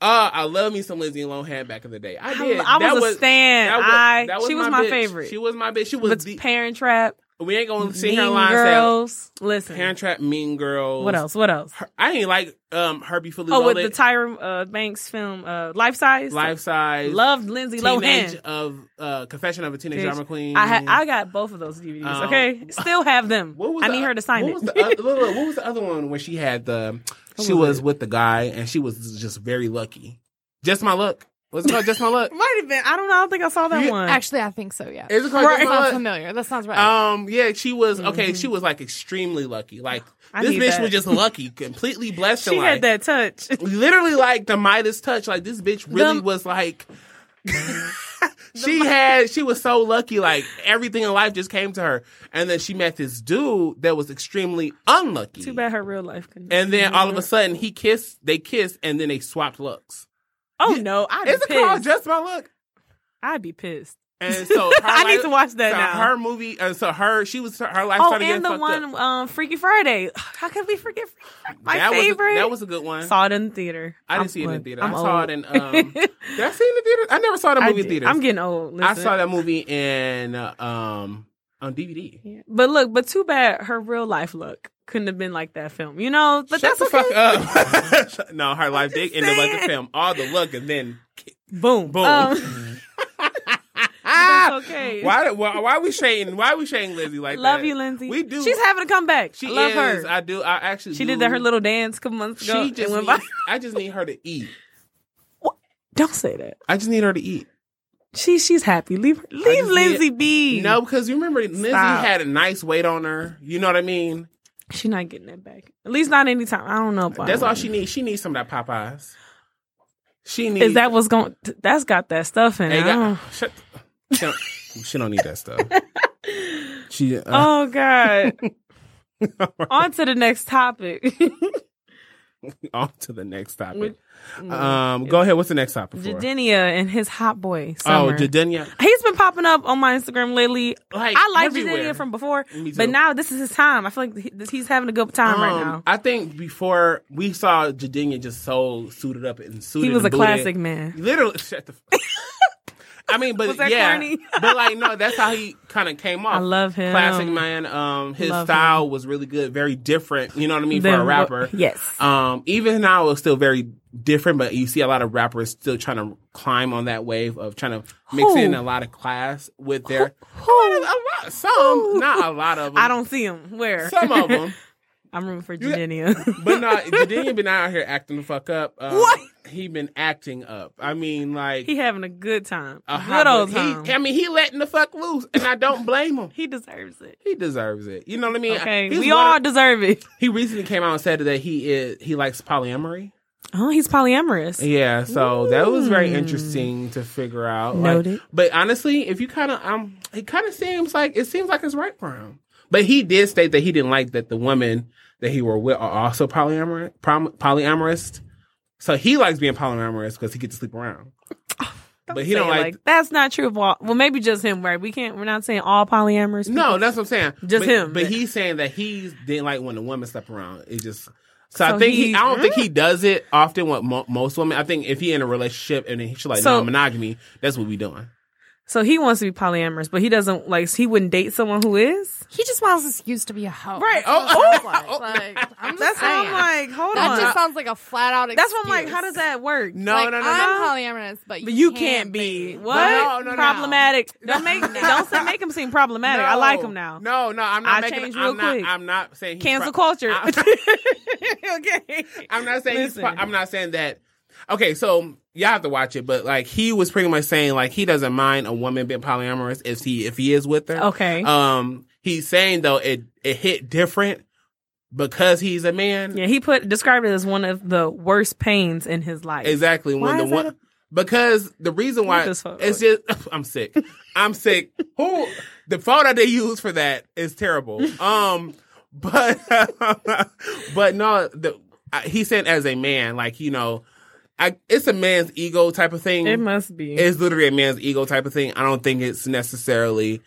B: Uh, I love me some Lindsay Lohan back in the day. I
C: I,
B: did.
C: I
B: that
C: was, a stan.
B: that was-
C: I
B: that was
C: she was my
B: bitch.
C: favorite.
B: She was my bitch. She was
C: but
B: the,
C: Parent Trap,
B: we ain't gonna see
C: Mean
B: her lines
C: Girls.
B: that
C: Listen,
B: Parent Trap, Mean Girls.
C: what else? What else?
B: Her- I ain't like um Herbie Fully
C: oh, with the
B: Loaded,
C: Tyra uh, Banks film, uh, Life Size.
B: Life Size,
C: Loved Lindsay
B: Teenage
C: Lohan.
B: of uh, Confession of a Teenage
C: Bitch,
B: Drama Queen.
C: I had I got both of those DVDs.
B: Um, [LAUGHS]
C: okay, still have them.
B: What was
C: I
B: the-
C: need her to sign
B: what
C: it.
B: Was
C: [LAUGHS]
B: the, oth- look, look, what was the other one where she had the? she
C: was
B: was, with the guy and she was just very lucky. Just my luck. Was it called Just My
C: [LAUGHS]
B: Luck?
C: Might have been. I don't know. I don't think I saw that
B: You-
C: one.
D: Actually, I think so. Yeah,
B: Is it called
D: that
B: Just My
D: sounds
B: Luck?
D: familiar. That sounds
C: Oh.
D: right.
B: Um, yeah, she was okay. She was like extremely lucky. Like
C: Mm-hmm. [GASPS] I
B: this
C: need
B: bitch
C: that.
B: was just lucky,
C: [LAUGHS]
B: completely blessed.
C: she
B: in
C: had
B: life.
C: that touch.
B: Literally like the Midas touch. Like this bitch really
C: The-
B: was
C: [LAUGHS]
B: like. [LAUGHS] she had she was so lucky like everything in life just came to her and then she met this dude that was extremely unlucky
C: Too bad her real life. Couldn't.
B: And then all of a sudden he kissed, they kissed, and then they swapped looks.
C: oh no, I'd
B: Is
C: be
B: it called
C: pissed.
B: Just My Look?
C: I'd be pissed.
B: And so her
C: [LAUGHS] I need
B: life-
C: to watch that
B: so
C: now.
B: Her movie, and so her, she was her life.
C: Oh,
B: started getting
C: and the
B: fucked up.
C: one um,
B: [SIGHS]
C: Freaky Friday. How could we forget Freaky Friday? My
B: that
C: favorite?
B: Was a, that was a good one.
C: saw it in the theater.
B: I
C: I'm-
B: didn't see it in the
C: look,
B: theater.
C: I'm
B: i saw
C: old.
B: it in. Um,
C: [LAUGHS]
B: did I see it in the theater? I never saw the
C: I
B: movie in
C: did.
B: theaters.
C: I'm getting old.
B: I
C: listen.
B: saw that movie in uh, um on DVD.
C: Yeah. But look, but too bad her real life look couldn't have been like that film. You know, but
B: Shut
C: that's
B: the
C: okay.
B: fuck up. [LAUGHS] no, her life did end up like the
C: saying.
B: film. All the look, and then
C: Boom.
B: Boom. [LAUGHS]
C: Um, [LAUGHS]
B: ah,
C: that's okay.
B: Why, why? Why we shading? Why we shading Lizzie like
C: love
B: that?
C: you, Lindsay.
B: We do.
C: She's having a comeback.
B: She
C: I love
B: is.
C: her.
B: I do. I actually.
C: she
B: do.
C: did that her little dance a couple months
B: She
C: ago. and
B: just.
C: went
B: Needs,
C: by-
B: I just need her to eat.
C: Don't say that.
B: I just need her to eat.
C: She she's happy. Leave her. Leave
B: just need-
C: Lindsay be.
B: No, because you remember Lindsay
C: Stop.
B: had a nice weight on her. You know what I mean?
C: she's not getting that back. At least not anytime. I don't know. About
B: That's all she needs. She needs some of that Popeyes. She needs.
C: Is that what's going? That's got that stuff in
B: Hey,
C: it. Oh. I
B: God, [LAUGHS]
C: don't-
B: shut the- she, don't, she don't need that
C: [LAUGHS]
B: stuff. She. Uh,
C: Oh God. [LAUGHS] On to the next
B: [LAUGHS]
C: topic. Oh.
B: on to the next topic.
C: Would-
B: Um, go ahead. What's the next topic? For?
C: mm, Jadenia and his hot boy.
B: Oh,
C: Summer.
B: Jadenia.
C: He's been popping up on my Instagram lately.
B: Like
C: I liked
B: everywhere.
C: Jadenia from before,
B: Me too.
C: but now this is his time. I feel like he- he's having a good time right
B: Um,
C: now.
B: I think before we saw Jadenia just so suited up and suited.
C: He was
B: and
C: a
B: booted.
C: classic man.
B: Literally, [LAUGHS] shut the. F- I mean, but
C: Was that
B: yeah,
C: corny?
B: [LAUGHS] but like no, that's how he kind of came off.
C: I love him.
B: Classic man. Um, his
C: Love
B: style was really good, very different. You know what I mean for
C: Then
B: a
C: what-
B: rapper.
C: Yes.
B: Um, even now it's still very different, but you see a lot of rappers still trying to climb on that wave of trying to mix
C: Who?
B: in a lot of class with their.
C: Who?
B: A lot, some,
C: Who? [LAUGHS]
B: not a lot of them.
C: I don't see him. Where? [LAUGHS]
B: Some of them.
C: I'm rooting for
B: You got- [LAUGHS]
C: Jadenia.
B: But no, Jadinian been out here acting the fuck up. Uh,
C: What?
B: He been acting up. I mean, like
C: he having a good time.
B: a
C: A
B: hot-
C: good old
B: Uh-huh, he-
C: time.
B: I
C: He,
B: mean, he letting the fuck loose, and I don't blame him.
C: deserves it.
B: He deserves it. You know what I mean?
C: Okay,
B: He's
C: we
B: one
C: all
B: of-
C: deserve it. [LAUGHS]
B: he recently came out and said that he is he likes polyamory.
C: Oh, he's polyamorous.
B: Yeah, so that was very
C: Mm.
B: interesting to figure out. Like,
C: Noted.
B: but honestly, if you kind of um, it kind of seems like it seems like it's right for him. But he did state that he didn't like that the women that he were with are also polyamorous. Prom- polyamorous. So he likes being polyamorous because he gets to sleep
C: [LAUGHS]
B: around. but he
C: Saying,
B: don't like.
C: that's not true of all. Well, maybe just him, right? We can't. We're not saying all polyamorous.
B: no,
C: people.
B: that's what I'm saying.
C: Just
B: but,
C: him.
B: But he's saying that he didn't like when the women slept around. It just. So, I
C: So
B: think he,
C: he-
B: I don't think he does it often with mo- most women. I think if he in a relationship and he should like
C: So-
B: non monogamy, that's what we doing.
C: So he wants to be polyamorous, but he doesn't like. He wouldn't date someone who is.
D: He just wants us used to be a hoe.
C: Right.
D: That's
B: Oh,
D: what it sounds
B: oh,
D: like. Like, I'm just
C: That's
D: saying.
C: why I'm like, hold
D: that
C: on.
D: just sounds like a flat out. Excuse.
C: that's why I'm like, how does that work?
B: No,
D: Like,
B: no, no, no.
D: I'm polyamorous, but you,
C: But you can't be what
B: But no, no, no.
C: problematic. Don't
B: [LAUGHS]
C: make don't say, make him seem problematic. I like him now.
B: No, no, I'm not
C: I
B: making.
C: changed
B: I'm
C: real
B: not.
C: quick.
B: I'm not saying he's
C: Cancel
B: pro-
C: culture.
B: I- [LAUGHS]
C: [LAUGHS] okay.
B: I'm not saying he's. pro-
C: Listen.
B: I'm not saying that. Okay, so y'all have to watch it, but like he was pretty much saying like he doesn't mind a woman being polyamorous if he if he is with her.
C: Okay.
B: Um, he's saying though it it hit different because he's a man.
C: yeah, he put described it as one of the worst pains in his life.
B: Exactly.
C: Why
B: when the
C: is that
B: one
C: a-
B: because the reason why
C: Look this photo.
B: it's just [LAUGHS] I'm sick. I'm sick. Who the photo they use for that is
C: [LAUGHS]
B: terrible. Um, but [LAUGHS] but no, the I, he said as a man, like you know, I, it's a man's ego type of thing.
C: It must be.
B: It's literally a man's ego type of thing. I don't think it's necessarily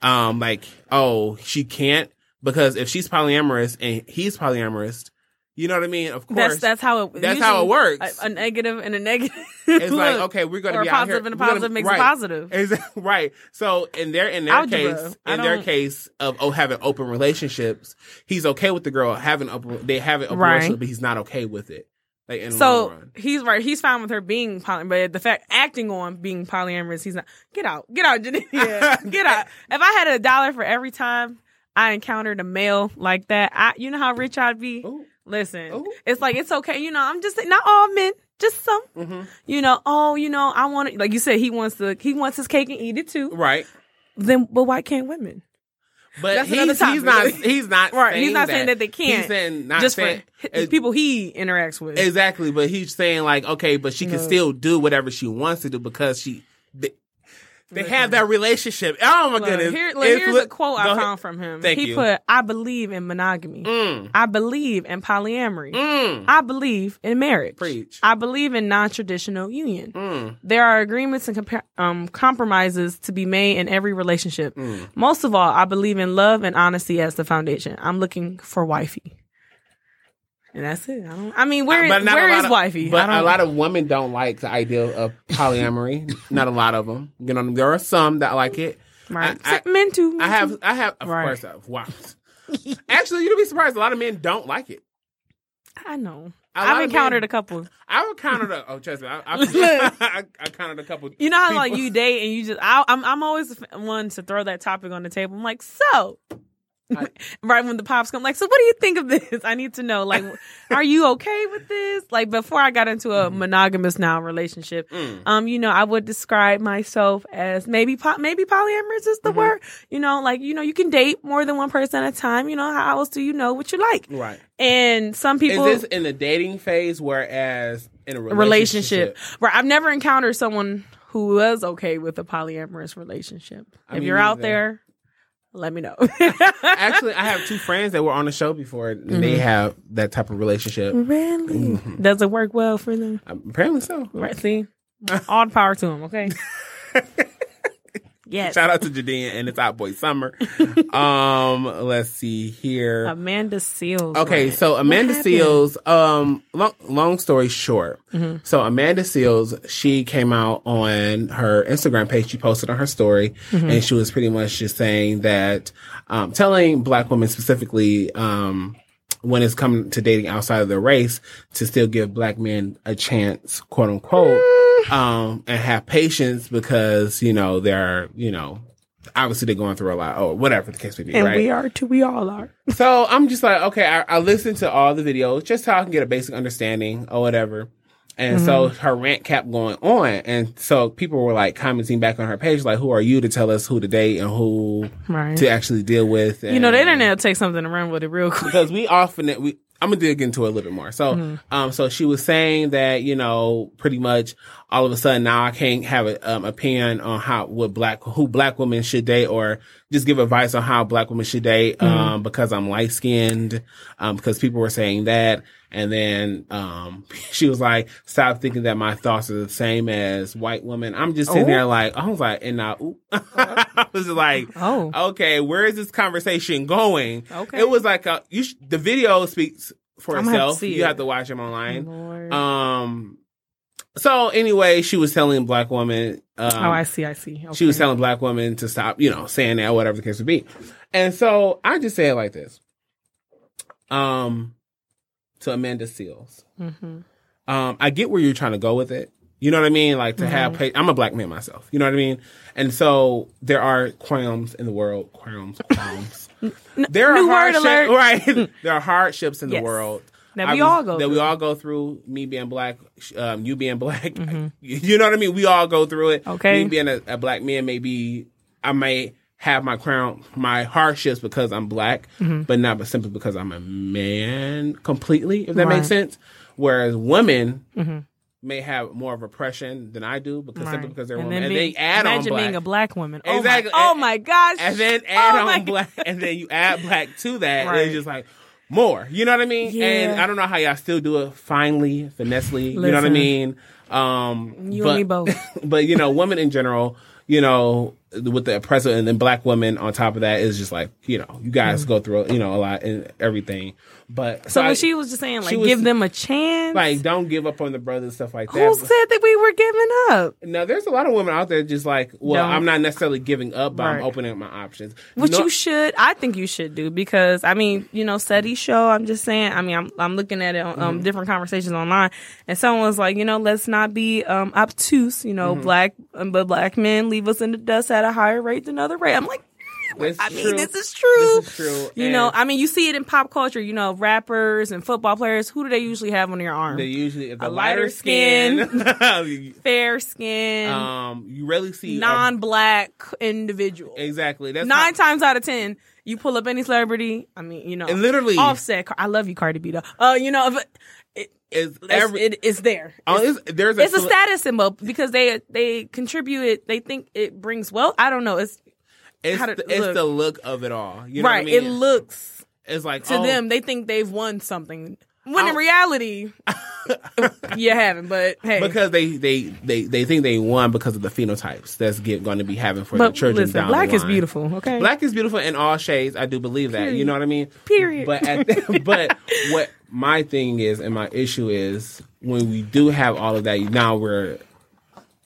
B: um like oh she can't because if she's polyamorous and he's polyamorous, you know what I mean. Of course, [LAUGHS]
C: that's that's how it.
B: That's how it works.
C: A, a negative and a negative.
B: it's
C: [LAUGHS]
B: like okay, we're gonna
C: or a
B: be out
C: positive
B: here.
C: and a
B: we're gonna-
C: positive makes a
B: right.
C: positive.
B: Exactly right. So in their in their
C: Algebra.
B: case,
C: I
B: in their
C: don't-
B: case of oh having open relationships, he's okay with the girl having open. They have an open
C: Right.
B: relationship, but he's not okay with it. Like in the long
C: So
B: run.
C: he's right. He's fine with her being poly, but the fact acting on being polyamorous, he's not. Get out, get
B: [LAUGHS]
C: out, Janine. [LAUGHS] get out. If I had a dollar for every time I encountered a male like that, I, you know how rich I'd be.
B: Ooh.
C: Listen,
B: Ooh.
C: it's like it's okay. You know, I'm just not all men, just some.
B: Mm-hmm.
C: You know, oh, you know, I want it. Like you said, he wants the he wants his cake and eat it too.
B: right.
C: Then, but why can't women?
B: But
C: That's
B: he's,
C: another
B: he's not.
C: topic.
B: He's not.
C: [LAUGHS] Right,
B: Saying
C: he's not saying that they can't.
B: He's saying not
C: just
B: saying
C: for the
B: it's-
C: people he interacts with.
B: Exactly, but he's saying like, okay, but she can
C: Look.
B: still do whatever she wants to do because she they, they have that relationship. Oh my
C: Look,
B: goodness!
C: here- look,
B: It's
C: here's
B: look-
C: a quote
B: go
C: I
B: ahead.
C: found from him.
B: Thank
C: he
B: you.
C: put, "I believe in monogamy.
B: Mm,
C: I believe in polyamory.
B: mm,
C: I believe in marriage.
B: Preach.
C: I believe in non-traditional union.
B: mm.
C: There are agreements and compa- um, compromises to be made in every relationship.
B: Mm.
C: Most of all, I believe in love and honesty as the foundation. I'm looking for wifey." And that's it. I, don't, I mean, where
B: Uh, But not a
C: where
B: lot
C: is
B: of-
C: wifey?
B: But
C: I don't-
B: a lot of women don't like the idea of polyamory. Not a lot of them. You know, there are some that like it.
C: right.
B: I- I-
C: men too.
B: I have, I have, of
C: Right.
B: course. I've, wow. Actually, you'd be surprised. A lot of men don't like it.
C: I know.
B: A lot
C: I've
B: of
C: encountered
B: men-
C: a couple.
B: I counted a. Oh, trust me. I,
C: [LAUGHS]
B: I, [LAUGHS] I, I counted a couple.
C: You know how
B: people. [LAUGHS]
C: like you date and you just I, I'm I'm always the f- one to throw that topic on the table. I'm like, so
B: I-
C: [LAUGHS] right when the pops come, like, so what do you think of this? I need to know.
B: [LAUGHS]
C: Like, are you okay with this? Like before I got into a monogamous now relationship,
B: Mm-hmm. Mm.
C: um, you know, I would describe myself as maybe po- maybe polyamorous is
B: Mm-hmm.
C: the word. You know, like you know, you can date more than one person at a time. You know, how else do you know what you like?
B: Right.
C: And some people
B: Is this in the dating phase, whereas in a relationship? [LAUGHS]
C: relationship. Right. I've never encountered someone who was okay with a polyamorous relationship.
B: I
C: if
B: mean,
C: you're out
B: neither.
C: there,
B: [LAUGHS]
C: let me know.
B: Actually, I have two friends that were on the show before. and They have that type of relationship. Um,
C: really?
B: Mm-hmm.
C: Does it work well for them?
B: Apparently so.
C: Right. See?
B: [LAUGHS]
C: All the power to them, okay? yes.
B: Shout out to Jadeen and it's Out Boy [LAUGHS] Summer. um, let's see here.
C: Amanda Seals.
B: Okay,
C: right.
B: so Amanda
C: happened?
B: Seals. Um, long, long story short, so Amanda Seals, she came out on her Instagram page. She posted on her story, and she was pretty much just saying that, um, telling Black women specifically, um, when it's coming to dating outside of their race, to still give Black men a chance, quote unquote, um, and have patience because you know they're you know obviously they're going through a lot or whatever the case may be,
E: And
B: right?
E: we are too. We all are.
B: So I'm just like, okay, I, I listened to all the videos just so I can get a basic understanding or whatever. And so
C: Mm-hmm.
B: her rant kept going on. And so people were like commenting back on her page, like, who are you to tell us who to date and who
C: Right.
B: to actually deal with?
C: You know, the
B: and-
C: internet will take something and run with it real
B: [LAUGHS]
C: quick.
B: because we often we I'm gonna dig into it a little bit more. So, um, so she was saying that you know, pretty much all of a sudden now I can't have an um, opinion on how what black who black women should date or just give advice on how black women should date um, because I'm light skinned um, because people were saying that. And then um, [LAUGHS] she was like, "Stop thinking that my thoughts are the same as white women." I'm just sitting there like, I was like, and I, oop. [LAUGHS] I was just like,
C: Oh.
B: okay, where is this conversation going?
C: Okay.
B: Um, It was like a, you sh- the video speaks for
C: I'm gonna have to
B: itself.
C: see
B: you
C: it.
B: have to watch them online.
C: Lord.
B: Um so anyway, she was telling black women um,
C: oh, I see. I see. Okay.
B: she was telling black women to stop, you know, saying that whatever the case would be. And so I just say it like this. Um to Amanda Seals.
C: Mhm.
B: Um, I get where you're trying to go with it. You know what I mean? Like to have,
C: Mm-hmm.
B: pa- I'm a black man myself. You know what I mean? And so there are qualms in the world. Qualms,
C: [LAUGHS]
B: qualms. there are
C: new word
B: hardships,
C: alert. Mm.
B: right? [LAUGHS] there are hardships in
C: Yes.
B: the world
C: That
B: I
C: we
B: was-
C: all go
B: That we
C: through.
B: all go through. Me being black, sh- um, you being black. [LAUGHS] You know what I mean? We all go through it.
C: Mm-hmm. Okay.
B: Me being a, a black man, maybe I may have my crown, my hardships because I'm black,
C: Mm-hmm.
B: but not but simply because I'm a man completely. If that
C: Right. Mm-hmm.
B: makes sense. Whereas women. May have more of oppression than I do because simply
C: Right.
B: because they're
C: And
B: women,
C: then
B: and
C: being-
B: they add on
C: Imagine
B: black,
C: being a black woman. Oh
B: Exactly.
C: My, oh
B: And-
C: my gosh.
B: and then add
C: Oh my
B: on black, and then you
C: [LAUGHS]
B: add black to that, and
C: Right.
B: it's just like more. You know what I mean? And
C: Yeah.
B: I don't know how y'all still do it finely, finessely. You know what I
C: Listen.
B: mean? Um,
C: You
B: but,
C: and me both.
B: [LAUGHS] but you know, women in general, you know, with the oppressor, and then black women on top of that is just like you know, you guys go through you know a lot and everything. But
C: Mm. So
B: I-
C: when she was just saying, like,
B: was-
C: give them a chance.
B: like, don't give up on the brothers, stuff like that.
C: who said that we were giving up?
B: Now, there's a lot of women out there just like, well,
C: Don't.
B: I'm not necessarily giving up, but I'm
C: Right.
B: opening up my options.
C: Which
B: No-
C: you should, I think you should do because I mean, you know, SETI show. I'm just saying. I mean, I'm I'm looking at it on
B: Mm-hmm.
C: um, different conversations online, and someone was like, you know, let's not be um, obtuse. You
B: Mm-hmm.
C: know, black um, but black men leave us in the dust at a higher rate than other rate. I'm like,
B: That's
C: I mean,
B: true.
C: this is true.
B: This is true.
C: You know,
B: And
C: I mean, you see it in pop culture. You know, rappers and football players. Who do they usually have on their arm?
B: they usually the
C: a
B: lighter,
C: lighter
B: [LAUGHS]
C: [LAUGHS]
B: skin.
C: Fair skin,
B: um, you rarely see a-
C: non-black individual.
B: exactly. That's
C: Nine
B: how-
C: times out of ten, you pull up any celebrity. I mean, you know,
B: And literally-
C: Offset. Car- I love you, Cardi B. Though, uh, you know, if- it,
B: Is
C: it's-
B: every
C: it- it's there.
B: oh, it's, there's a,
C: It's a
B: cele-
C: status symbol because they they contribute it. They think it brings wealth. I don't know. It's
B: It's,
C: how to
B: the, it's
C: look.
B: the look of it all. You know
C: right.
B: what I mean?
C: It looks
B: it's like
C: to
B: oh,
C: them. They think they've won something. When in
B: I'll- [LAUGHS]
C: reality, you haven't. But hey,
B: because they, they they they think they won because of the phenotypes that's going to be having for
C: but
B: the children.
C: listen,
B: down
C: black
B: the
C: is
B: line.
C: beautiful. Okay,
B: Black is beautiful in all shades. I do believe that. You know what I mean?
C: Period.
B: But at the, [LAUGHS] but what my thing is and my issue is when we do have all of that, now we're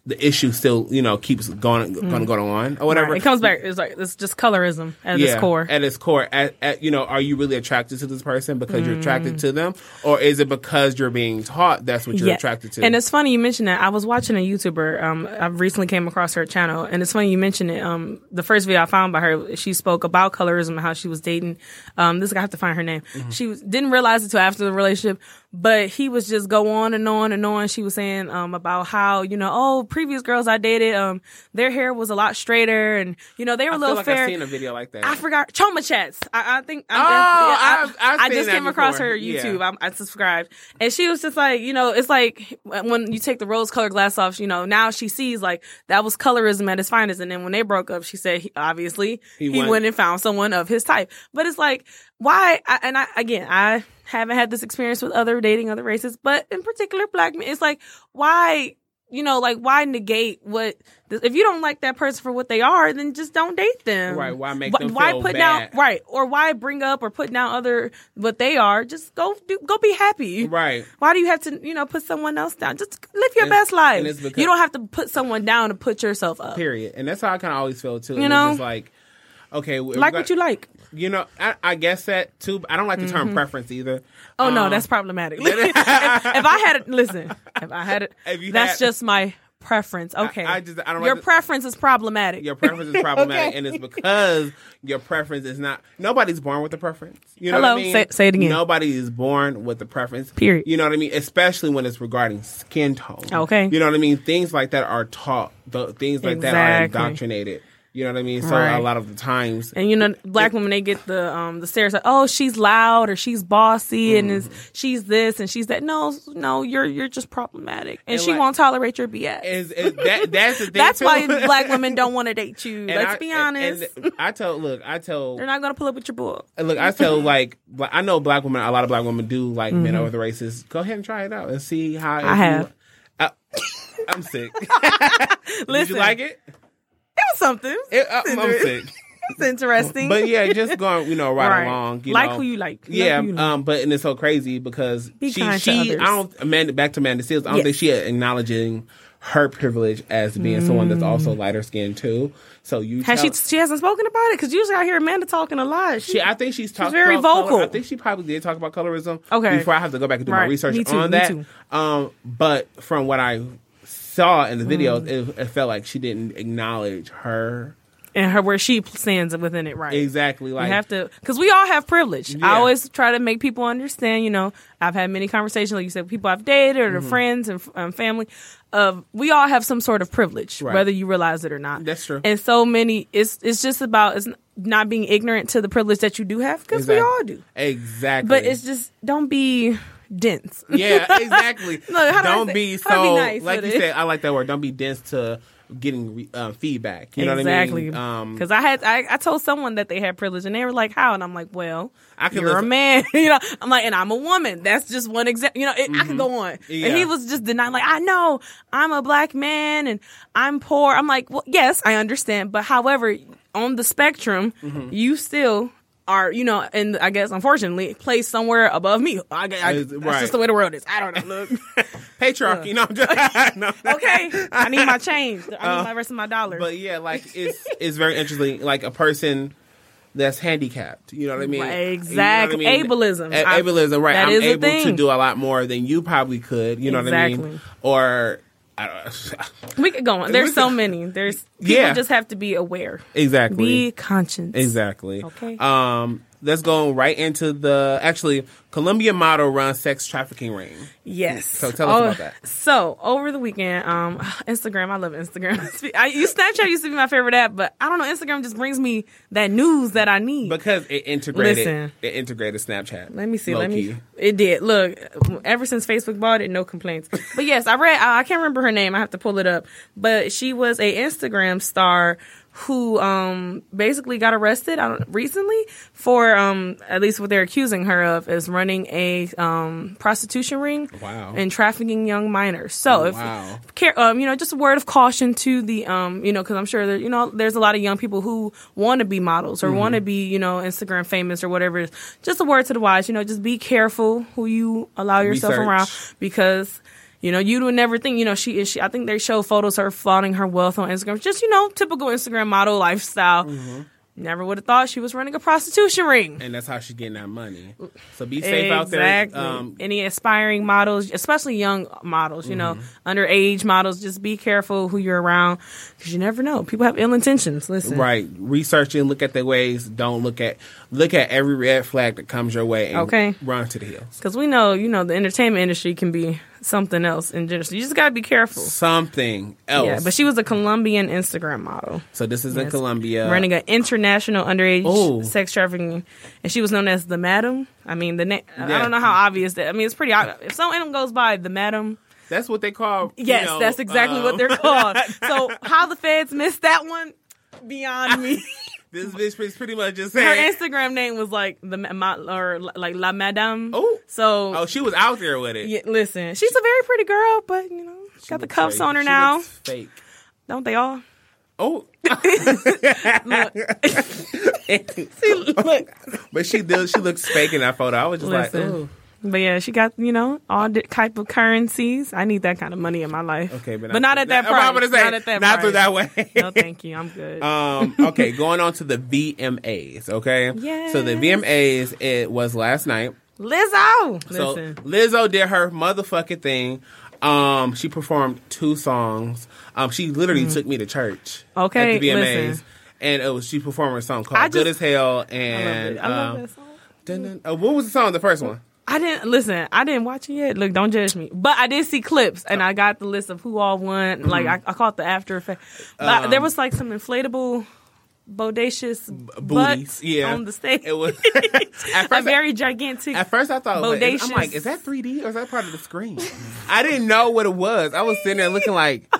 B: the issue still you know keeps going going going on or whatever.
C: Mm. Right, It comes back. It's like it's just colorism at its core.
B: At its core, at, at you know, are you really attracted to this person because you're
C: Mm.
B: attracted to them, or is it because you're being taught that's what you're attracted to?
C: And it's funny you mentioned that. I was watching a YouTuber. Um, I recently came across her channel, and it's funny you mentioned it. Um, the first video I found by her, she spoke about colorism and how she was dating. Um, this guy I have to find her name.
B: Mm-hmm.
C: She was, didn't realize it till after the relationship, but he was just go on and on and on. She was saying um about how you know, oh, previous girls I dated, um, their hair was a lot straighter, and you know they were a
B: I
C: little
B: feel like
C: fair.
B: I've seen a video like that.
C: I forgot Choma Chats. I, I think. I'm,
B: Oh,
C: I,
B: I've- I've
C: I
B: seen
C: just
B: that
C: came across
B: before.
C: her
B: Yeah.
C: YouTube. I'm- I, subscribed, and she was just like, you know, it's like when you take the rose-colored glass off. You know, now she sees like that was colorism at its finest. And then when they broke up, she said, he, obviously, he,
B: won.
C: went and found someone of his type. But it's like, why? I, and I again, I haven't had this experience with other dating other races, but in particular, black men. It's like, why? You know, like why negate what? If you don't like that person for what they are, then just don't date them.
B: Right, why make
C: Wh-
B: them
C: why
B: feel
C: put down
B: bad?
C: right or why bring up or put down other what they are? Just go do, go be happy.
B: right.
C: Why do you have to you know put someone else down? Just live your
B: And-
C: best life.
B: and it's because-
C: you don't have to put someone down to put yourself up.
B: Period. And that's how I kind of always feel too. You
C: know?
B: it's just like okay,
C: Like what you Mm-hmm. like.
B: You know, I, I guess that too. but I don't like the term preference either.
C: Oh no,
B: Um,
C: [LAUGHS] that's problematic. if, if I had it, listen. If I had it,
B: [LAUGHS] If you
C: that's
B: had-
C: just my preference. Okay.
B: I just- I don't
C: Your
B: like the-
C: preference is problematic.
B: Your preference
C: [LAUGHS]
B: is problematic,
D: Okay.
B: and it's because your preference is not. Nobody's born with a preference. You know
C: Hello,
B: what I mean?
C: say- say it again.
B: Nobody is born with a preference.
C: Period.
B: You know what I mean? Especially when it's regarding skin tone.
C: Okay.
B: You know what I mean? Things like that are taught. The, things like that are
C: Exactly.
B: indoctrinated. You know what I mean? So
C: Right.
B: a lot of the times,
C: And you know, black women they get the um the stares like, oh, she's loud or she's bossy and is
B: Mm-hmm.
C: she's this and she's that. No, no, you're you're just problematic, and, she
B: like-
C: won't tolerate your BS.
B: is, is that that's
C: [LAUGHS]
B: the thing.
C: That's
B: too.
C: why
B: [LAUGHS]
C: black women don't want to date you.
B: And
C: Let's
B: I-
C: be
B: and-
C: honest.
B: And, I tell, look, I tell
C: They're not gonna pull up with your book.
B: And look, I tell like bla- I know black women. A lot of black women do like men over the races. Go ahead and try it out and see how. if you-
C: Mm-hmm. have.
B: I, I'm sick.
C: [LAUGHS]
B: Did
C: Listen,
B: you like it?
C: It was something.
B: It- I, am sick.
C: It's interesting.
B: But yeah, just going you know right,
C: Right.
B: along. You
C: Like
B: know.
C: who you like. Love
B: Yeah.
C: who you like.
B: um. But and it's so crazy because
C: Be
B: she
C: kind to
B: she
C: others.
B: I don't Amanda back to Amanda Seals. I don't
C: Yes.
B: think she acknowledging her privilege as being someone that's also lighter skinned too. So you
C: Mm. Has she?
B: tell-
C: She hasn't spoken about it because usually I hear Amanda talking a lot. She,
B: She, I think she's talking
C: very
B: about color-
C: vocal.
B: I think she probably did talk about colorism.
C: Okay.
B: Before I have to go back and do my
C: Right.
B: research
C: Me too,
B: on
C: me
B: that.
C: too.
B: Um, but from what I saw in the
C: Mm.
B: videos, it, it felt like she didn't acknowledge her
C: and her where she stands within it, right?
B: exactly. Like
C: you have to because we all have privilege
B: Yeah.
C: i always try to make people understand you know i've had many conversations like you said with people i've dated
B: Mm-hmm.
C: or friends and um, family of we all have some sort of privilege
B: Right.
C: whether you realize it or not
B: That's true.
C: and so many it's it's just about it's not being ignorant to the privilege that you do have because
B: Exact-
C: we all do
B: exactly.
C: but it's just don't be dense
B: yeah,
C: [LAUGHS]
B: exactly.
C: Look, how do I
B: don't
C: say-
B: be so
C: how to be nice
B: like you
C: with it?
B: said. I like that word. Don't be dense to getting re- uh, feedback. You know
C: exactly
B: what I mean? Um,
C: because I had I, I told someone that they had privilege and they were like how and I'm like well
B: I can
C: you're a
B: listen-
C: man [LAUGHS] you know I'm like and I'm a woman that's just one example you know it, I could go on
B: Mm-hmm. Yeah.
C: and he was just denying like I know I'm a black man and I'm poor I'm like well yes I understand but however on the spectrum
B: Mm-hmm.
C: you still are you know and I guess unfortunately placed somewhere above me I, gu- I,
B: Is-
C: that's
B: right.
C: just the way the world is I don't know
B: [LAUGHS]
C: look uh,
B: patriarchy. [LAUGHS] No, I'm just, no.
C: okay I need my change I need my rest of my dollar
B: Uh, But yeah, like it's it's very interesting. Like a person that's handicapped, you know what I mean?
C: Right,
B: You know what I
C: exactly. Ableism.
B: A-
C: I-
B: ableism, right?
C: that
B: I'm
C: is a
B: able to
C: thing.
B: do a lot more than you probably could. You know what I
C: Exactly.
B: mean? Or I don't,
C: We could go on. There's so many. There's people
B: Yeah.
C: just have to be aware.
B: exactly.
C: Be conscious.
B: Exactly.
C: Okay.
B: Um, let's go right into the actually Columbia model runs sex trafficking ring.
C: Yes. So
B: tell us about that.
C: So over the weekend, um, [SIGHS] Instagram. I love Instagram. [LAUGHS] I, you Snapchat used to be my favorite app, but I don't know. Instagram just brings me that news that I need.
B: Because it integrated
C: Listen.
B: it integrated Snapchat.
C: Let me see. Let me.
B: low-key.
C: It did. Look, ever since Facebook bought it, no complaints. But yes, I read. I I can't remember her name. I have to pull it up. But she was a Instagram star who um basically got arrested I don't, recently for um at least what they're accusing her of is running a um prostitution ring
B: Wow.
C: and trafficking young minors. So if
B: Oh, Wow.
C: care, um, you know, just a word of caution to the, um, you know, because I'm sure that you know, there's a lot of young people who want to be models or want to
B: Mm-hmm.
C: be, you know, Instagram famous or whatever. it is. Just a word to the wise, you know, just be careful who you allow yourself
B: Research.
C: around because. You know, you would never think. You know, she is. She, I think they show photos of her flaunting her wealth on Instagram. Just you know, typical Instagram model lifestyle.
B: Mm-hmm.
C: Never would have thought she was running a prostitution ring.
B: And that's how she's getting that money. So be safe out there.
C: Exactly.
B: Um,
C: Any aspiring models, especially young models, you know,
B: Mm-hmm.
C: underage models, just be careful who you're around because you never know. People have ill intentions. Listen,
B: Right. Research and look at their ways. Don't look at look at every red flag that comes your way and
C: Okay.
B: run to the hills.
C: Because we know, you know, the entertainment industry can be something else in general. So you just got to be careful.
B: Something else.
C: Yeah, but she was a Colombian Instagram model
B: so this is in Colombia.
C: running an international underage
B: Uh, Oh.
C: sex trafficking, and she was known as the Madam. I mean, the name. I
B: Yeah.
C: don't know how obvious that. I mean, it's pretty obvious. If someone goes by the Madam,
B: That's what they call you
C: Yes,
B: know,
C: that's exactly
B: um, [LAUGHS]
C: what [LAUGHS] they're called. so how the feds missed that one?
B: [LAUGHS]
C: Beyond me.
B: This bitch is pretty much just
C: Her
B: saying
C: Instagram name was like the ma- ma- or like La Madame.
B: Oh.
C: so
B: Oh, she was out there with it.
C: yeah, listen, she's a very pretty girl, but you know, she's got the cuffs on her
B: She
C: now,
B: looks fake.
C: don't
B: [LAUGHS]
C: they all?
B: Oh,
C: See, look,
B: [LAUGHS] but she does. She looks fake in that photo. I was just
C: Listen.
B: like, "Oh, Ooh.
C: but yeah, she got you know all di- type of currencies. I need that kind of money in my life.
B: okay, but,
C: not at that price.
B: I'm gonna say,
C: not at that
B: not through
C: price.
B: that way.
C: No, thank you.
B: [LAUGHS]
C: I'm good.
B: Um, okay, going on to the VMAs. Okay, so the
C: Yes.
B: VMAs it was last night.
C: Lizzo,
B: So
C: listen,
B: Lizzo did her motherfucking thing. Um, she performed two songs. Um, she literally took me to church.
C: Mm-hmm. Okay,
B: at the VMAs,
C: listen.
B: and it was she performed a song called
C: I just-
B: "Good as Hell."
C: I love
B: And
C: it. I love
B: um,
C: that song.
B: dun, dun- oh, what was the song? The first one.
C: I didn't listen. I didn't watch it yet. Look, don't judge me. But I did see clips, and I got the list of who all won.
B: Mm-hmm.
C: Like I, I caught the after effect. But I-
B: Um,
C: there was like some inflatable, bodacious
B: Booties,
C: butts
B: yeah.
C: on the stage. [LAUGHS]
B: It was at
C: a
B: first.
C: very gigantic.
B: at first, I thought, it was- I'm
C: Bodacious.
B: like, is that 3D or is that part of the screen? I didn't know what it was. I was sitting there looking like,